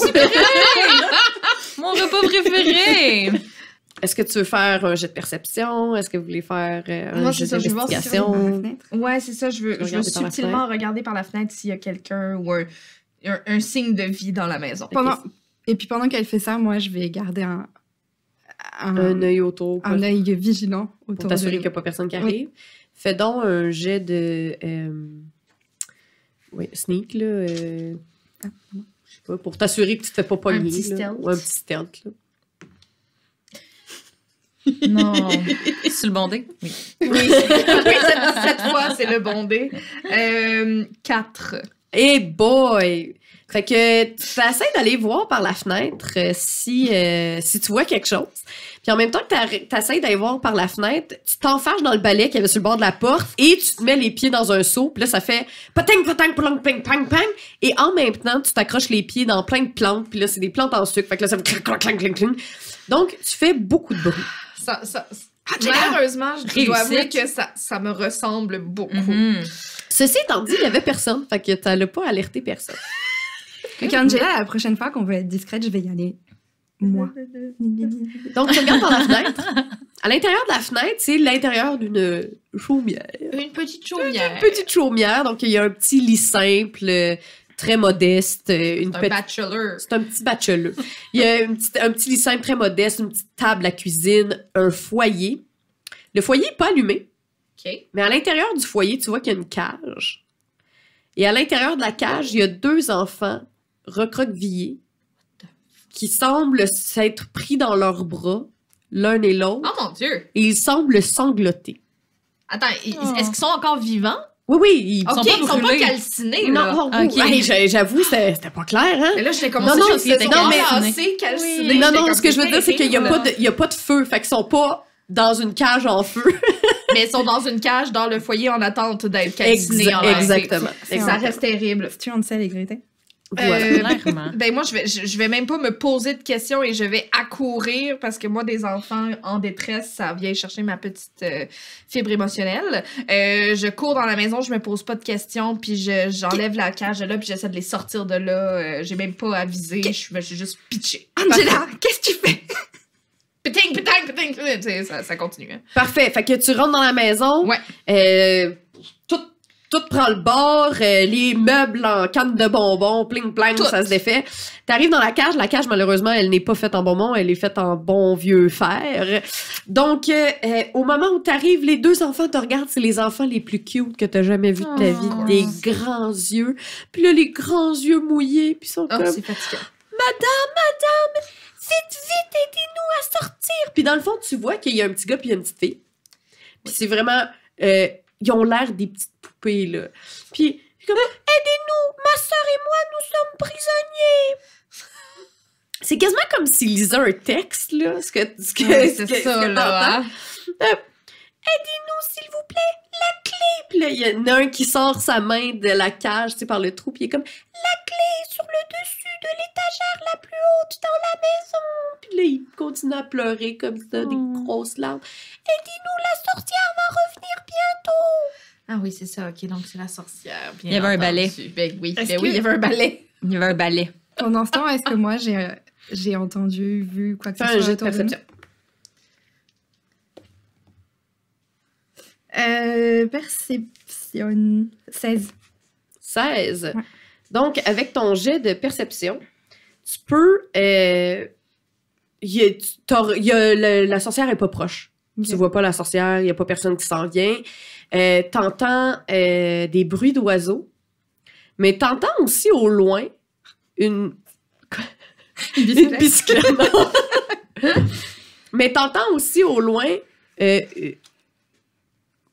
B: Mon repas préféré!
A: Est-ce que tu veux faire un jet de perception? Est-ce que vous voulez faire euh, un
C: Moi,
A: jet
C: c'est ça, je veux voir si
D: Par la
A: d'investigation?
D: fenêtre.
C: Ouais, c'est ça. Je veux, je veux
A: Regarder par la
C: subtilement regarder par la fenêtre s'il y a quelqu'un ou un, un- un signe de vie dans la maison.
D: Pendant- Et puis pendant qu'elle fait ça, moi je vais garder un, un,
A: Un œil autour quoi,
D: un œil vigilant
A: pour
D: autour
A: t'assurer
D: de
A: qu'il n'y a pas personne qui arrive. Fais donc un jet de... euh, ouais, sneak, là. euh,
D: Ah,
A: je sais pas, pour t'assurer que tu te fais pas pogner.
C: petit
A: là,
C: stealth.
A: Ou un petit stealth, là.
B: Non. Sur le bondé? Oui.
C: Oui, cette, cette fois, c'est le bondé. Euh, quatre.
A: Hey boy! Fait que tu essaies d'aller voir par la fenêtre euh, si, euh, si tu vois quelque chose. Puis en même temps que tu essaies d'aller voir par la fenêtre, tu t'enfarges dans le balai qu'il y avait sur le bord de la porte et tu te mets les pieds dans un seau. Puis là, ça fait patang, patang, plong, ping, pang, pang. Et en même temps, tu t'accroches les pieds dans plein de plantes. Puis là, c'est des plantes en sucre. Fait que là, ça fait clang, clang, clang, clang, clang. Donc, tu fais beaucoup de bruit.
C: Ça- ça-
B: j'ai l'air
C: malheureusement, je dois avouer
B: réussite.
C: que ça, ça me ressemble beaucoup.
B: Mhm.
A: Ceci étant dit, il y avait personne. Fait que t'allais pas alerter personne.
D: Fait qu'Angela, la prochaine fois qu'on veut être discrète, je vais y aller. Moi.
A: Donc, tu regardes par la fenêtre. À l'intérieur de la fenêtre, c'est l'intérieur d'une chaumière.
C: Une petite chaumière.
A: Petite chaumière. Donc, il y a un petit lit simple, euh, très modeste. euh, Une
C: Un
A: petite-
C: bachelor.
A: C'est un petit bachelor. Il y a une petite- un petit lit simple très modeste, une petite table à cuisine, un foyer. Le foyer n'est pas allumé,
C: OK.
A: mais à l'intérieur du foyer, tu vois qu'il y a une cage. Et à l'intérieur de la cage, il y a deux enfants recroquevillés qui semblent s'être pris dans leurs bras, l'un et l'autre,
C: Oh mon Dieu!
A: et ils semblent sangloter.
C: Attends, ils-
A: Ah.
B: Oh.
C: est-ce qu'ils sont encore vivants?
A: Oui, oui, ils
C: OK,
B: sont pas
C: ils sont pas
B: brûlés.
C: calcinés, là.
A: Non, non,
B: Ok.
A: oui. Hey, j'ai- j'avoue, c'était c'était pas clair, hein?
C: Mais là, je l'ai commencé,
A: Non, non,
C: je me suis dit,
A: c'était
C: non, mais
B: calciné.
C: assez calciné.
A: Non,
C: J'étais
A: non,
C: comme,
A: ce que je veux dire, c'est qu'il n'y a,
C: là.
A: pas de- il y a pas de feu, fait qu'ils sont pas dans une cage en feu.
C: Mais ils sont dans une cage, dans le foyer, en attente d'être calcinés.
A: Exa-
C: en réalité.
A: Exactement.
D: C'est
C: Ça
A: Exactement.
C: reste terrible.
D: Tu en sais les Gretel?
A: Voilà.
C: Euh,
B: Clairement.
C: Ben moi, je vais, je, je vais même pas me poser de questions et je vais accourir parce que moi, des enfants en détresse, ça vient chercher ma petite euh, fibre émotionnelle. Euh, je cours dans la maison, je me pose pas de questions, puis je- j'enlève la cage de là, puis j'essaie de les sortir de là. Euh, J'ai même pas avisé, je suis- je suis juste pitchée.
D: Angela, qu'est-ce que tu fais?
C: Péting, péting, péting, péting, tu sais, ça, ça continue. hein.
A: Parfait. Fait que tu rentres dans la maison.
C: Ouais.
A: Euh, tout, tout prend le bord. euh, les meubles en canne de bonbons, pling pling,
C: Tout.
A: ça se défait. T'arrives dans la cage. La cage, malheureusement, elle n'est pas faite en bonbons. Elle est faite en bon vieux fer. Donc, euh, euh, au moment où t'arrives, les deux enfants te regardent. C'est les enfants les plus cute que t'as jamais vus de ta vie.
B: Oh.
A: Des grands yeux. Puis là, les grands yeux mouillés. Puis ils sont
C: Oh,
B: Euh,
A: comme...
C: c'est fatigant.
A: Vite, vite, aidez-nous à sortir! Puis dans le fond, tu vois qu'il y a un petit gars puis il y a une petite fille. Puis c'est vraiment. euh, ils ont l'air des petites poupées, là. Puis, puis comme.
C: Ah!
A: Aidez-nous! Ma soeur et moi, nous sommes prisonniers! C'est quasiment comme s'ils lisaient un texte, là, ce que, ce que,
C: Ouais,
A: ce
C: C'est
A: que- ce
C: ça,
A: que t'entends.
C: là. hein.
A: Aidez-nous, s'il vous plaît, la clé! Puis là, il y en a un qui sort sa main de la cage, tu sais, par le trou, puis il est comme La clé sur le dessus de l'étagère la plus haute dans la maison! Puis là, il continue à pleurer comme ça, des grosses larmes. Aidez-nous, la sorcière va revenir bientôt!
C: Ah oui, c'est ça, ok, donc c'est la sorcière. bien
B: Il y avait un
C: entendu.
B: balai.
C: Ben oui,
D: Est-ce
C: ben oui,
D: que-
C: il y avait un balai.
B: Il y avait un balai.
D: Pendant ce temps, est-ce que moi, j'ai, euh, j'ai entendu, vu quoi que
A: Fais
D: ce
A: un
D: soit
A: jet de
D: autour de
A: perception.
D: nous? Euh, perception 16.
A: 16.
D: Ouais.
A: Donc, avec ton jet de perception, tu peux. euh, il y a- tu- t'auras- il y a le- la sorcière est pas proche. Tu
D: Ok.
A: vois pas la sorcière, il y a pas personne qui s'en vient. Euh, t'entends euh, des bruits d'oiseaux, mais t'entends aussi au loin une, une bicyclette. mais t'entends aussi au loin euh, euh,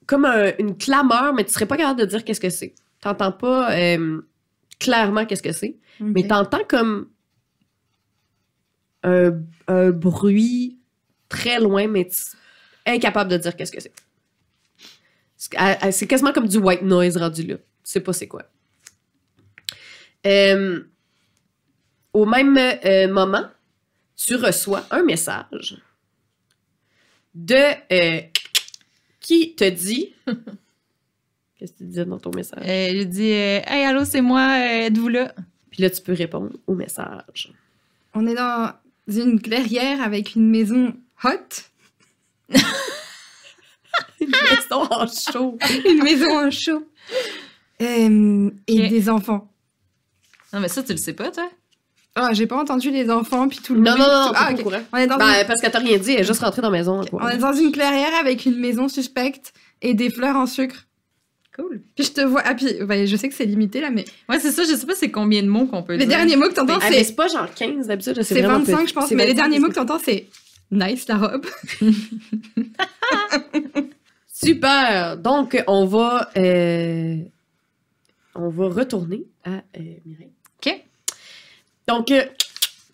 A: comme un- une clameur, mais tu serais pas capable de dire qu'est-ce que c'est. T'entends pas euh, clairement qu'est-ce que c'est, mais
D: Ok.
A: t'entends comme un, un bruit très loin, mais tu- incapable de dire qu'est-ce que c'est. C'est- à- à- C'est quasiment comme du white noise rendu là. Tu sais pas c'est quoi. Euh, au même euh, moment, tu reçois un message de euh, qui te dit. Qu'est-ce que tu disais dans ton message?
B: Euh, il dit euh, Hey, allô, c'est moi, euh, êtes-vous là?
A: Puis là, tu peux répondre au message.
D: On est dans une clairière avec une maison hot,
A: Ils sont en chaud.
D: une maison en chaud, euh, et
B: Ok.
D: des enfants.
B: Non, mais ça, tu le sais pas, toi?
D: Ah, j'ai pas entendu les enfants, puis tout le
A: Non, non,
D: bruit,
A: non,
D: tout-
A: t'es pas
D: Ah,
A: au
D: ok.
A: courant.
D: On est dans une
A: Ben, parce qu'elle t'a rien dit, elle est juste rentrée dans la maison. quoi.
D: On est dans une clairière avec une maison suspecte et des fleurs en sucre. Cool. Puis je te vois. Ah, puis ben, je sais que c'est limité là, mais
B: Ouais, c'est ça, je sais pas c'est combien de mots qu'on peut
D: les
B: dire.
D: derniers mots que t'entends,
A: Ah, mais
D: c'est.
A: c'est pas genre 15 d'habitude, là, c'est
D: C'est
A: vraiment peu.
D: 25, je pense,
A: C'est
D: mais les
A: 25,
D: derniers mots que
A: c'est-
D: t'entends, c'est. Nice la robe.
A: Super! Donc, on va, euh, on va retourner à euh, Mireille.
B: OK.
A: Donc, euh,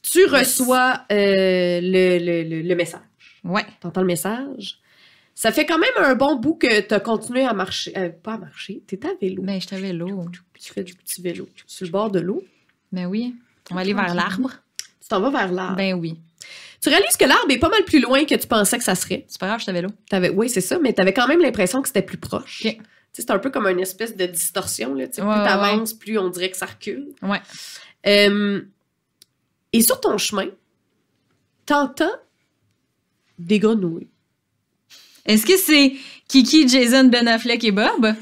A: tu reçois euh, le, le- le- le message.
B: Ouais.
A: T'entends le message? Ça fait quand même un bon bout que t'as continué à marcher. euh, pas à marcher, t'es à vélo.
B: Ben, je t'avais l'eau.
A: Tu fais du petit vélo. Sur le bord de l'eau,
B: Ben oui. On va aller vers l'arbre.
A: tu t'en vas vers l'arbre.
B: Ben oui.
A: Tu Tu réalises que l'arbre est pas mal plus loin que tu pensais que ça serait.
B: C'est pas grave, j'étais à vélo.
A: T'avais, oui, c'est ça, mais t'avais quand même l'impression que c'était plus proche.
B: Ok.
A: Tu sais, C'est un peu comme une espèce de distorsion. Là, tu sais,
B: Ouais,
A: plus
B: ouais,
A: t'avances, plus on dirait que ça recule.
B: Ouais.
A: Euh, et sur ton chemin, t'entends des grenouilles.
B: Est-ce que c'est Kiki, Jason, Ben Affleck et Bob?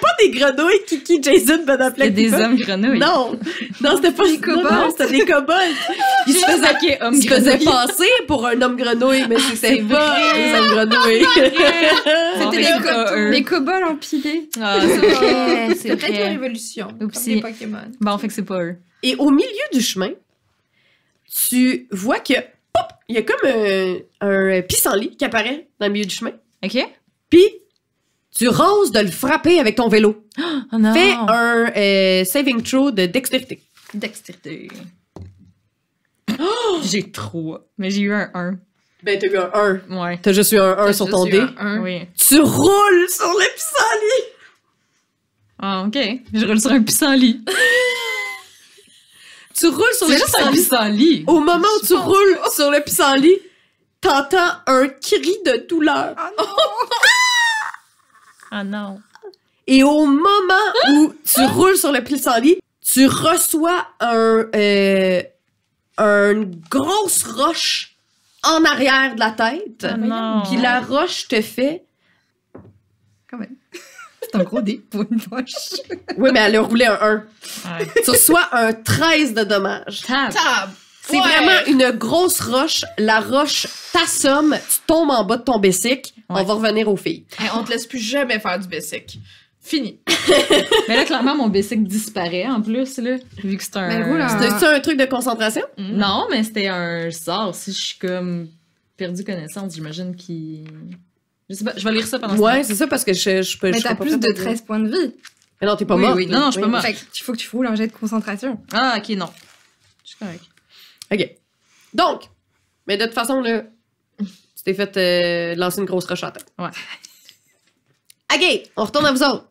A: Pas des grenouilles, Kiki, Jason, Ben
B: C'est
A: Affleck,
B: des
A: Kiki.
B: hommes grenouilles.
A: Non, non, c'était pas des
D: kobolds.
A: non, c'était des kobolds. Ils se faisaient
B: Ok, hommes
A: Il se faisait
B: grenouilles.
A: passer pour un homme grenouille, mais c'était
B: c'est
A: pas
B: vrai.
A: un homme grenouille.
B: Bon,
D: C'était
B: Oh, mais
D: les,
B: c'est pas
D: co-
B: eux.
D: les kobolds empilés.
B: Ah, c'est
C: Ok,
B: c'est
C: c'est peut-être
B: vrai.
C: une révolution.
B: Oupsie.
C: Comme les Pokémon.
B: Bon, fait que c'est pas eux.
A: Et au milieu du chemin, tu vois que pop, il y a comme euh, un, pissenlit qui apparaît dans le milieu du chemin.
B: Ok?
A: Puis tu roses de le frapper avec ton vélo.
B: Oh non.
A: Fais un euh, saving throw de dextérité.
B: Dextérité. j'ai trois. Mais j'ai eu un
A: Ben t'as eu un 1.
B: 1. Ouais.
A: T'as juste eu un 1
C: T'as
A: sur
C: juste
A: ton
C: eu
A: dé.
C: un un.
B: Oui.
A: Tu roules sur le pissenlit.
B: Ah, ok. Je roule sur un pissenlit.
A: Tu roules sur le pissenlit.
B: pissenlit.
A: Au moment où
C: Je
A: tu
C: pense
A: roules sur le pissenlit, t'entends un cri de douleur.
B: Ah non.
A: Et au moment où tu roules sur le pissenlit, tu reçois un, euh, une grosse roche en arrière de la tête.
B: Ah non.
A: Puis la roche te fait.
C: C'est un gros dé pour une fois.
A: Oui, mais elle a roulé un
B: Ouais.
A: 1. Tu reçois un 13 de dommages.
B: Tab.
C: Tab!
A: C'est
C: Ouais.
A: vraiment une grosse roche. La roche t'assomme. Tu tombes en bas de ton bicycle.
B: Ouais.
A: On va revenir aux filles.
C: Hey, on te laisse plus jamais faire du basic. Fini.
B: Mais là, clairement, mon bicycle disparaît en plus, là. Vu que c'est un.
D: Mais roule en-
A: C'était ça un truc de concentration?
B: Non, mais c'était un sort. Si je suis comme perdu connaissance, j'imagine qu'il. Je sais pas, je vais lire ça pendant
A: Ouais,
B: ce
A: c'est ça, parce que je, je peux.
D: Mais
A: je
D: t'as
A: serais pas
D: plus
A: prête à
D: de
A: dire.
D: 13 points de vie.
A: Mais non, t'es pas
B: Oui,
A: mort.
B: oui, non, non, je suis pas morte.
D: Fait qu'il faut que tu roules un jet de concentration.
B: temps. Ah, ok, non. Je suis correct.
A: OK. Donc, mais de toute façon, là, tu t'es fait euh, lancer une grosse roche à la tête.
B: Ouais.
A: OK, on retourne à vous autres.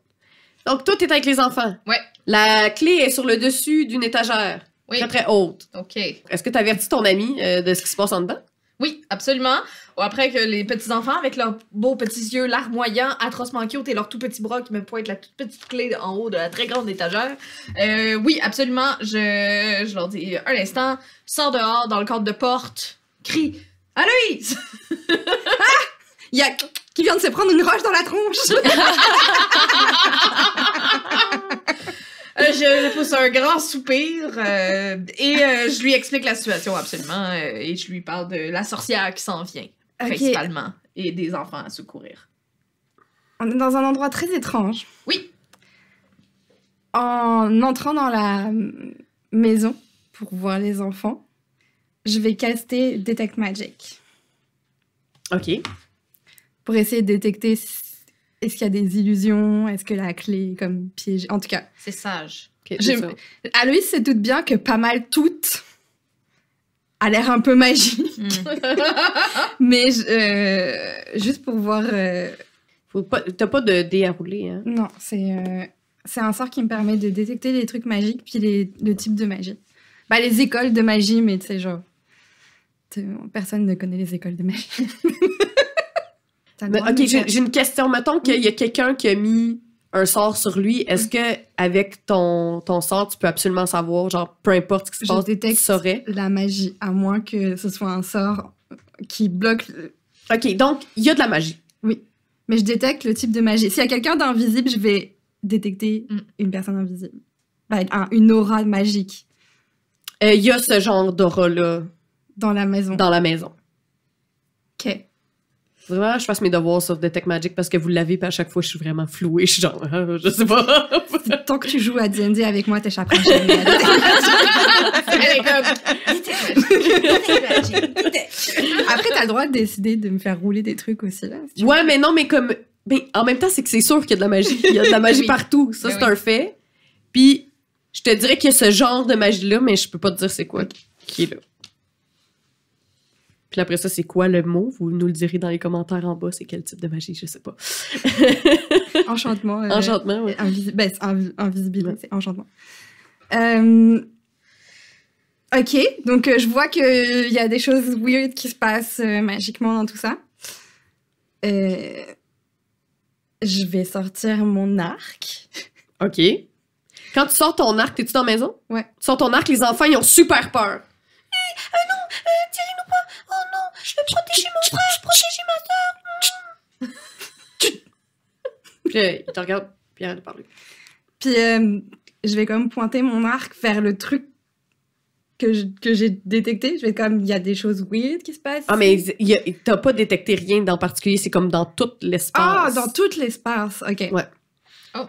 A: Donc, toi, t'es avec les enfants.
C: Ouais.
A: La clé est sur le dessus d'une étagère.
C: Oui.
A: Très, très haute.
C: OK.
A: Est-ce que t'avertis ton ami euh, de ce qui se passe en dedans?
C: Oui, absolument. Ou après que les petits-enfants, avec leurs beaux petits yeux larmoyants, atrocement cute et leurs tout petits bras qui me pointent la toute petite clé en haut de la très grande étagère. Euh, oui, absolument. Je, je leur dis un instant, sors dehors dans le cadre de porte, crie à Louise!
D: Il y a qui vient de se prendre une roche dans la tronche.
C: Euh, je, je pousse un grand soupir euh, et euh, je lui explique la situation absolument euh, et je lui parle de la sorcière qui s'en vient
D: ok,
C: principalement et des enfants à secourir.
D: on est dans un endroit très étrange.
C: Oui.
D: En entrant dans la euh, maison pour voir les enfants, je vais caster Detect Magic
A: OK.
D: pour essayer de détecter si- est-ce qu'il y a des illusions, est-ce que la clé est comme piégée. En tout cas,
C: C'est sage.
D: J'ai- Aloïs se doute bien que pas mal toutes a l'air un peu magique, mais je- euh, juste pour voir. euh,
A: Faut pas- T'as pas de dé à rouler, hein?
D: Non, c'est euh, c'est un sort qui me permet de détecter les trucs magiques puis les, le type de magie. Bah les écoles de magie, mais tu sais genre tu- personne ne connaît les écoles de magie. T'as le
A: Mais,
D: droit de
A: Bah, ok,
D: me
A: j'ai
D: faire-
A: j'ai une question. Mettons qu'il y a quelqu'un qui a mis un sort sur lui. Est-ce que avec ton, ton sort, tu peux absolument savoir, genre, peu importe ce qui se
D: Je
A: passe,
D: détecte.
A: tu saurais?
D: la magie, à moins que ce soit un sort qui bloque. le-
A: Ok, donc, il y a de la magie.
D: Mais je détecte le type de magie. S'il y a quelqu'un d'invisible, je vais détecter
C: Mm.
D: une personne invisible. Bah, un- une aura magique
A: Euh, Il y a ce genre d'aura-là
D: dans la maison.
A: dans la maison.
D: Ok.
A: Faudrait Vraiment, que je fasse mes devoirs sur Detect Magic parce que vous l'avez, puis à chaque fois, je suis vraiment flouée. Je suis genre, Ah, je sais pas.
D: Tant que tu joues à D&D avec moi, t'échapperas jamais à Detect
C: Elle est comme
D: Après, t'as le droit de décider de me faire rouler des trucs aussi. Là, si tu veux.
A: ouais, mais non, mais comme. Mais en même temps, c'est que c'est sûr qu'il y a de la magie. Il y a de la magie
C: Oui.
A: partout. Ça,
C: Ben
A: c'est
C: oui.
A: un fait. Puis, je te dirais qu'il y a ce genre de magie-là, mais je peux pas te dire c'est quoi qui est là. Puis après ça, c'est quoi le mot? Vous nous le direz dans les commentaires en bas. C'est quel type de magie? Je sais pas.
D: Enchantement. euh,
A: Enchantement, ouais.
D: invisi- ben, c'est invi- invisibilité, c'est enchantement. Euh, Ok, donc euh, je vois qu'il y a des choses weird qui se passent euh, magiquement dans tout ça. Euh, je vais sortir mon arc.
A: OK. Quand tu sors ton arc, t'es-tu dans la maison?
D: Ouais. Eh, euh,
A: Tu sors ton arc, les enfants, ils ont super peur.
D: Oh
A: Puis là, ils te regardent, puis ils arrêtent de parler.
D: Puis euh, je vais comme pointer mon arc vers le truc que je- que j'ai détecté. Je vais comme, il y a des choses weird qui se passent.
A: Ah, mais il y a- t'as pas détecté rien d'en particulier, c'est comme dans tout
D: Ah,
A: l'espace.
D: dans tout l'espace, ok.
A: Ouais.
C: Oh.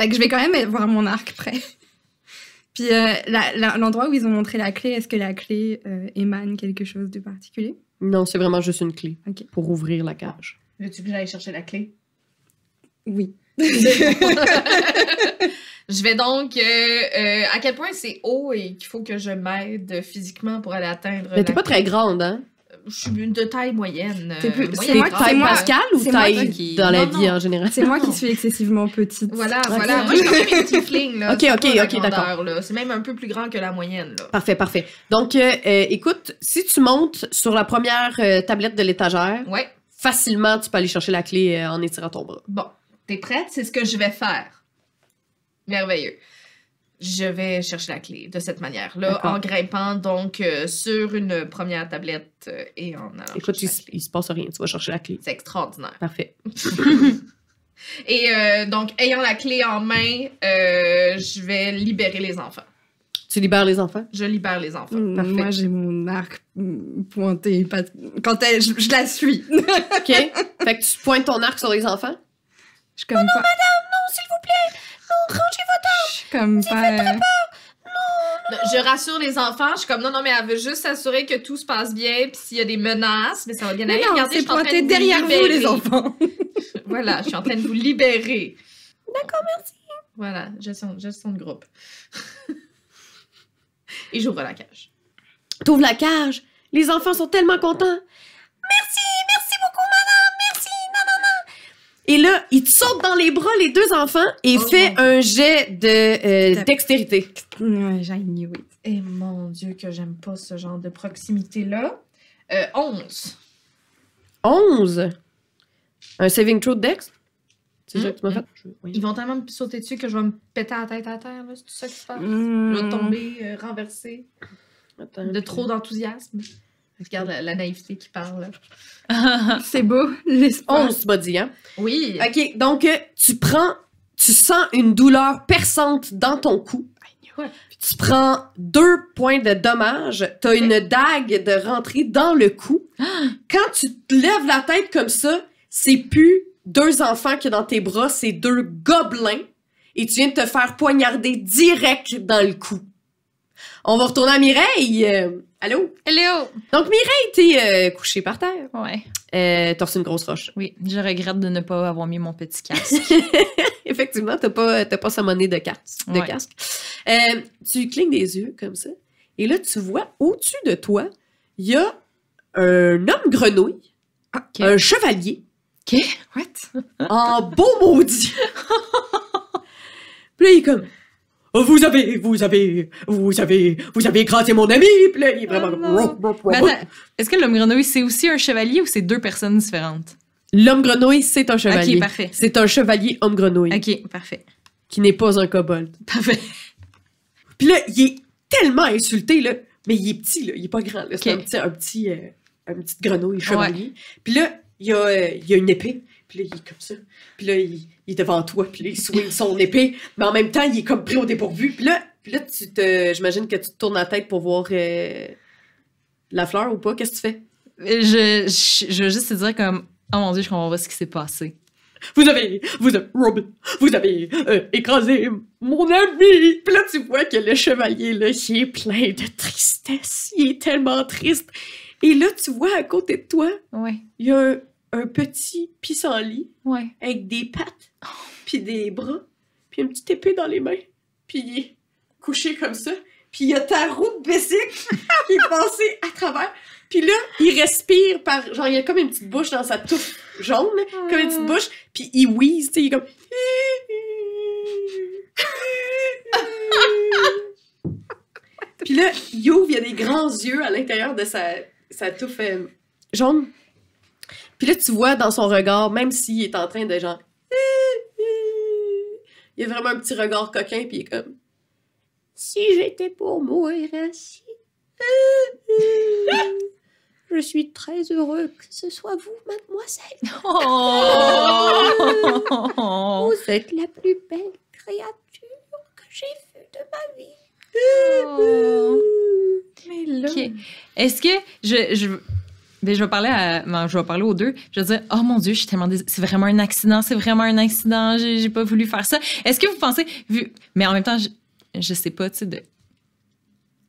D: Fait que je vais quand même voir mon arc prêt. Puis euh, la- la- l'endroit où ils ont montré la clé, est-ce que la clé euh, émane quelque chose de particulier
A: Non, c'est vraiment juste une clé
D: Ok.
A: pour ouvrir la cage.
C: Veux-tu que j'aille chercher la clé?
D: Oui.
C: Je vais donc. euh, euh, à quel point c'est haut et qu'il faut que je m'aide physiquement pour aller atteindre.
A: Mais t'es
C: Euh, la
A: pas très grande, hein?
C: clé. Je suis une de taille moyenne.
D: T'es plus-
C: euh,
D: c'est
A: T'es
C: moyenne
D: moi-
C: grande.
D: c'est
A: taille
D: moi-
A: Pascal ou
D: c'est moi
A: taille
B: qui-
A: dans la
C: Non,
A: vie
C: non.
A: en général?
D: C'est moi qui suis excessivement petite.
C: Voilà,
A: Ok.
C: voilà. Moi, j'ai quand même une petite fling, là.
A: Ok,
C: C'est
A: ok,
C: pas la
A: ok, d'accord.
C: grandeur, là. C'est même un peu plus grand que la moyenne, là.
A: Parfait, parfait. Donc, euh, euh, écoute, si tu montes sur la première euh, tablette de l'étagère,
C: Ouais,
A: facilement, tu peux aller chercher la clé euh, en étirant ton bras.
C: bon. T'es prête? C'est ce que je vais faire. Merveilleux. Je vais chercher la clé de cette manière-là,
A: D'accord.
C: en grimpant donc euh, sur une première tablette euh, et en allant.
A: Écoute,
C: chercher
A: il,
C: la
A: s-
C: clé.
A: il se passe rien. Tu vas chercher la clé.
C: C'est extraordinaire.
A: Parfait.
C: Et euh, donc, ayant la clé en main, euh, je vais libérer les enfants.
A: Tu libères les enfants?
C: Je libère les enfants.
D: Mm,
A: Parfait.
D: Moi, j'ai mon arc mm, pointé. pas- Quand elle, je, je la suis.
A: OK? fait que tu pointes ton arc sur les enfants?
D: Je comme pas. madame, non, s'il vous plaît. Non, rangez votre arc. Je suis comme
C: Bah
D: pas. euh,
C: Non, Je rassure les enfants. Je suis comme, non, non, mais elle veut juste s'assurer que tout se passe bien. Puis s'il y a des menaces, mais ça va bien
D: Mais
C: aller.
D: non,
C: Regardez, je
D: c'est
C: suis en train
D: pointé
C: de vous
D: derrière vous,
C: libérer.
D: les enfants.
C: Voilà, je suis en train de vous libérer. D'accord, merci. Voilà, gestion, gestion de groupe. Et j'ouvre la cage.
A: T'ouvres la cage. Les enfants sont tellement contents. Merci, merci beaucoup, madame. Merci, non, non, non. Et là, ils te sautent dans les bras, les deux enfants, et
C: Oh
A: fait
C: mon
A: un jet de euh, dextérité.
D: Ouais, j'ai knew it.
C: Et mon Dieu, que j'aime pas ce genre de proximité-là. Euh, 11.
A: 11. Un saving throw de Dex? C'est ça que tu m'as
C: Mm,
A: fait? Je- oui.
C: Ils vont tellement me sauter dessus que je vais me péter la tête à terre, là. C'est tout ça qui se passe. Je vais
D: Mm.
C: tomber euh, renversée
A: Attends,
C: de trop d'enthousiasme. Regarde la, la naïveté qui parle.
D: C'est beau, l'espoir.
A: 11, tu m'as dit, hein?
C: Oui.
A: OK, donc euh, tu prends... Tu sens une douleur perçante dans ton cou.
C: Ouais.
A: Tu prends deux points de dommage. T'as une dague de rentrée dans le cou. Quand tu te lèves la tête comme ça, c'est plus deux enfants qui dans tes bras, c'est deux gobelins. Et tu viens de te faire poignarder direct dans le cou. On va retourner à Mireille. Euh, allô?
B: Léo!
A: Donc, Mireille, t'es euh, couchée par terre.
B: Ouais.
A: Euh, t'as reçu une grosse roche.
B: Oui, je regrette de ne pas avoir mis mon petit casque.
A: Effectivement, t'as pas, t'as pas sa monnaie de, carte, de
B: Ouais.
A: casque. Euh, tu clignes des yeux comme ça. Et là, tu vois au-dessus de toi, il y a un homme grenouille,
B: Ok. Hein?
A: un chevalier,
D: What?
A: en beau maudit. Puis là, il est comme. Oh, Vous avez, vous avez, vous avez, vous avez écrasé mon ami! Puis là, il est vraiment
B: Oh
A: comme-
B: non.
A: Rouf, rouf, rouf,
B: Mais
A: rouf.
B: attends, est-ce que l'homme grenouille, c'est aussi un chevalier ou c'est deux personnes différentes?
A: L'homme grenouille, c'est un chevalier.
B: Ok, parfait.
A: c'est un chevalier homme grenouille,
B: Ok, parfait.
A: qui n'est pas un kobold.
B: Parfait.
A: Puis là, il est tellement insulté, là. Mais il est petit, là. Il est pas grand, là. C'est
B: Ok.
A: un petit, un petit, euh, un petit grenouille chevalier. Puis là, il y a, euh, il y a une épée. Puis là, il est comme ça. Puis là, il, il est devant toi. Puis là, il swing son épée. Mais en même temps, il est comme pris au dépourvu. Puis là, puis là tu te... J'imagine que tu te tournes la tête pour voir euh, la fleur ou pas. Qu'est-ce que tu fais?
B: Je, je, je veux juste te dire comme, oh mon dieu, je comprends pas ce qui s'est passé.
A: Vous avez... Vous avez... Robin, vous avez euh, écrasé mon ami! Puis là, tu vois que le chevalier, là, il est plein de tristesse. Il est tellement triste. Et là, tu vois, à côté de toi,
B: Ouais,
A: il y a un, un petit pissenlit
B: ouais.
A: avec des pattes, puis des bras, puis une petite épée dans les mains. Puis il est couché comme ça. Puis il y a ta roue de bicycle qui est passée à travers. Puis là, il respire par... Genre, il y a comme une petite bouche dans sa touffe jaune, comme une petite bouche. Puis il wheeze, tu sais, il est comme... Puis là, il ouvre, il y a des grands yeux à l'intérieur de sa, sa touffe euh, jaune. Puis là, tu vois dans son regard, même s'il est en train de genre. Il y a vraiment un petit regard coquin, puis il est comme. Si j'étais pour mourir ainsi. Je suis très heureux que ce soit vous, mademoiselle.
B: Oh!
A: Vous êtes la plus belle créature que j'ai vue de ma vie.
D: Mais là.
B: Ok. Est-ce que je, je, ben, je vais parler à, ben, je vais parler aux deux. Je vais dire, oh mon dieu, je suis tellement dés- c'est vraiment un accident, c'est vraiment un accident. J'ai, j'ai pas voulu faire ça. Est-ce que vous pensez, vu, mais en même temps, je, je sais pas, tu sais, de,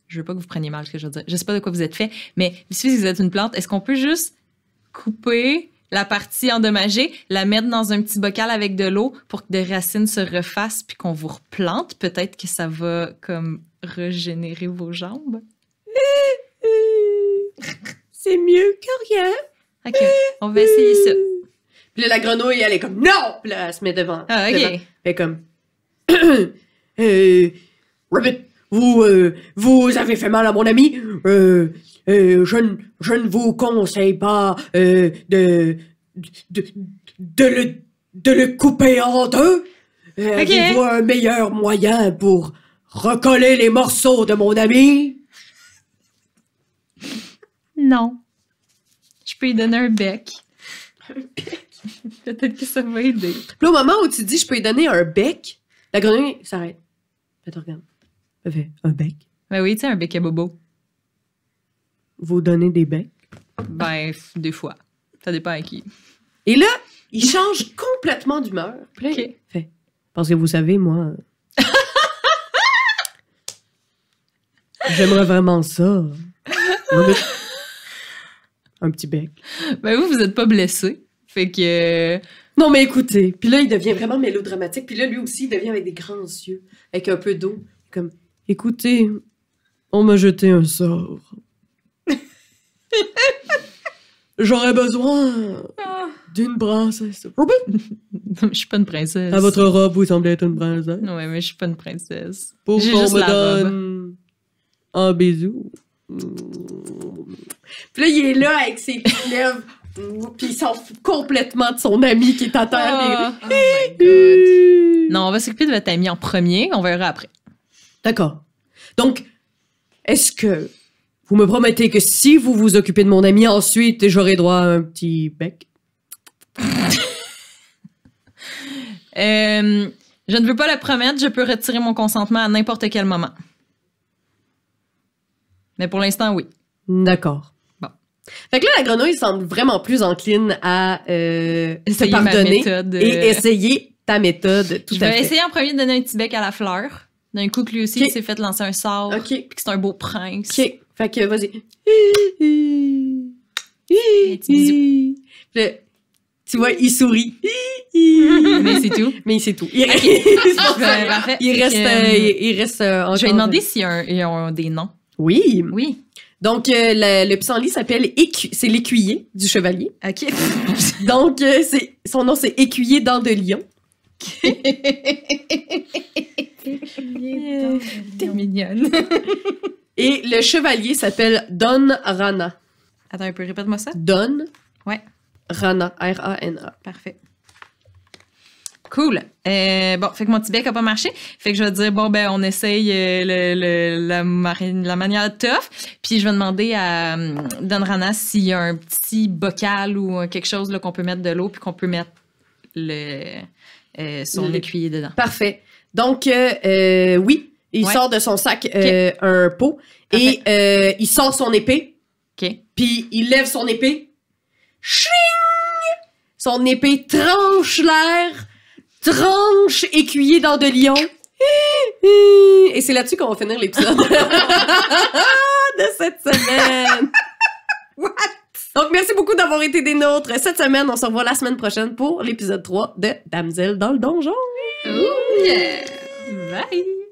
B: je veux pas que vous preniez mal ce que je veux dire. Je sais pas de quoi vous êtes fait, mais si vous êtes une plante, est-ce qu'on peut juste couper la partie endommagée, la mettre dans un petit bocal avec de l'eau pour que des racines se refassent puis qu'on vous replante. Peut-être que ça va comme régénérer vos jambes.
A: C'est mieux que rien.
B: OK, on va essayer ça.
A: Puis là, la grenouille, elle est comme non! Puis là, elle se met devant.
B: Ah,
A: devant.
B: OK.
A: Elle est comme euh, Rabbit, vous, euh, vous avez fait mal à mon ami. Euh, euh, je, ne- je ne vous conseille pas euh, de, de, de, le, de le couper en deux. Euh,
B: Ok.
A: Avez-vous un meilleur moyen pour recoller les morceaux de mon ami?
B: Non. Je peux lui donner un bec. Un bec? Peut-être que ça va aider.
A: Puis là, au moment où tu dis je peux lui donner un bec, la grenouille s'arrête. Elle te regarde. Elle fait un bec.
B: Ben oui, tu sais, un bec à bobo.
A: Vous donnez des becs.
B: Ben, f- des fois. Ça dépend à qui.
A: Et là, il change complètement d'humeur. Puis là,
B: Ok.
A: il fait Parce que vous savez, moi. euh, J'aimerais vraiment ça. Un petit bec.
B: Ben vous, vous êtes pas blessé. Fait que... euh,
A: Non, mais écoutez. Puis là, il devient vraiment mélodramatique. Puis là, lui aussi, il devient avec des grands yeux, avec un peu d'eau. Comme, écoutez, on m'a jeté un sort. J'aurais besoin d'une princesse.
B: Non, mais je suis pas une princesse.
A: À votre robe, vous semblez être une princesse.
B: Non, mais je suis pas une princesse.
A: Pour
B: J'ai
A: qu'on
B: juste
A: me
B: la robe.
A: donne un bisou. Puis là, il est là avec ses petites lèvres. Puis il s'en fout complètement de son ami qui est à terre.
B: Ah.
C: Oh my god.
B: Non, on va s'occuper de votre ami en premier, on verra après.
A: D'accord. Donc, est-ce que vous me promettez que si vous vous occupez de mon ami, ensuite j'aurai droit à un petit bec?
B: Euh, je ne veux pas le promettre, je peux retirer mon consentement à n'importe quel moment. Mais pour l'instant, oui.
A: D'accord.
B: Bon.
A: Fait que là, la grenouille semble vraiment plus encline à euh, se
B: Essayez ma
A: pardonner
B: méthode,
A: et
B: euh,
A: essayer ta méthode. Tout
B: je
A: à
B: vais
A: fait.
B: essayer en premier de donner un petit bec à la fleur. D'un coup que lui aussi
A: Ok.
B: il s'est fait lancer un sort,
A: Ok,
B: puis que c'est un beau prince.
A: ok. Fait que vas-y.
B: petit bisou.
A: Puis là, tu vois, il sourit.
B: Mais c'est tout.
A: Mais c'est tout. Il,
B: Je vais- parfait.
A: il reste,
B: Fait
A: euh,
B: que, euh,
A: il, il reste euh, encore- euh,
B: je vais demander s'ils ont, ils ont des noms.
A: Oui.
B: Oui.
A: Donc, euh, le, le pissenlit s'appelle Écu... C'est l'écuyer du chevalier.
B: Ok.
A: Donc, euh, c'est- son nom, c'est Écuyer dent de lion.
B: T'es mignonne.
A: Et le chevalier s'appelle Don Rana.
B: Attends un peu, répète-moi ça.
A: Don
B: Ouais.
A: Rana. R-A-N-A.
B: Parfait. Cool. Euh, bon, fait que mon petit bec a pas marché. Fait que je vais dire, bon, ben, on essaye euh, le- le- la, mari- la manière tough. Puis je vais demander à euh, Donrana s'il y a un petit bocal ou euh, quelque chose là, qu'on peut mettre de l'eau puis qu'on peut mettre le, euh, son
A: Le-
B: écuyer dedans.
A: Parfait. Donc, euh, euh, oui, il
B: Ouais.
A: sort de son sac euh, un pot et euh, il sort son épée,
B: OK?
A: puis il lève son épée. Chling! Son épée tranche l'air, tranche écuyer dans de lion. Et c'est là-dessus qu'on va finir l'épisode de cette semaine. What? Donc, merci beaucoup d'avoir été des nôtres cette semaine. On se revoit la semaine prochaine pour l'épisode 3 de Damsel dans le donjon.
C: Oh yeah.
B: Bye!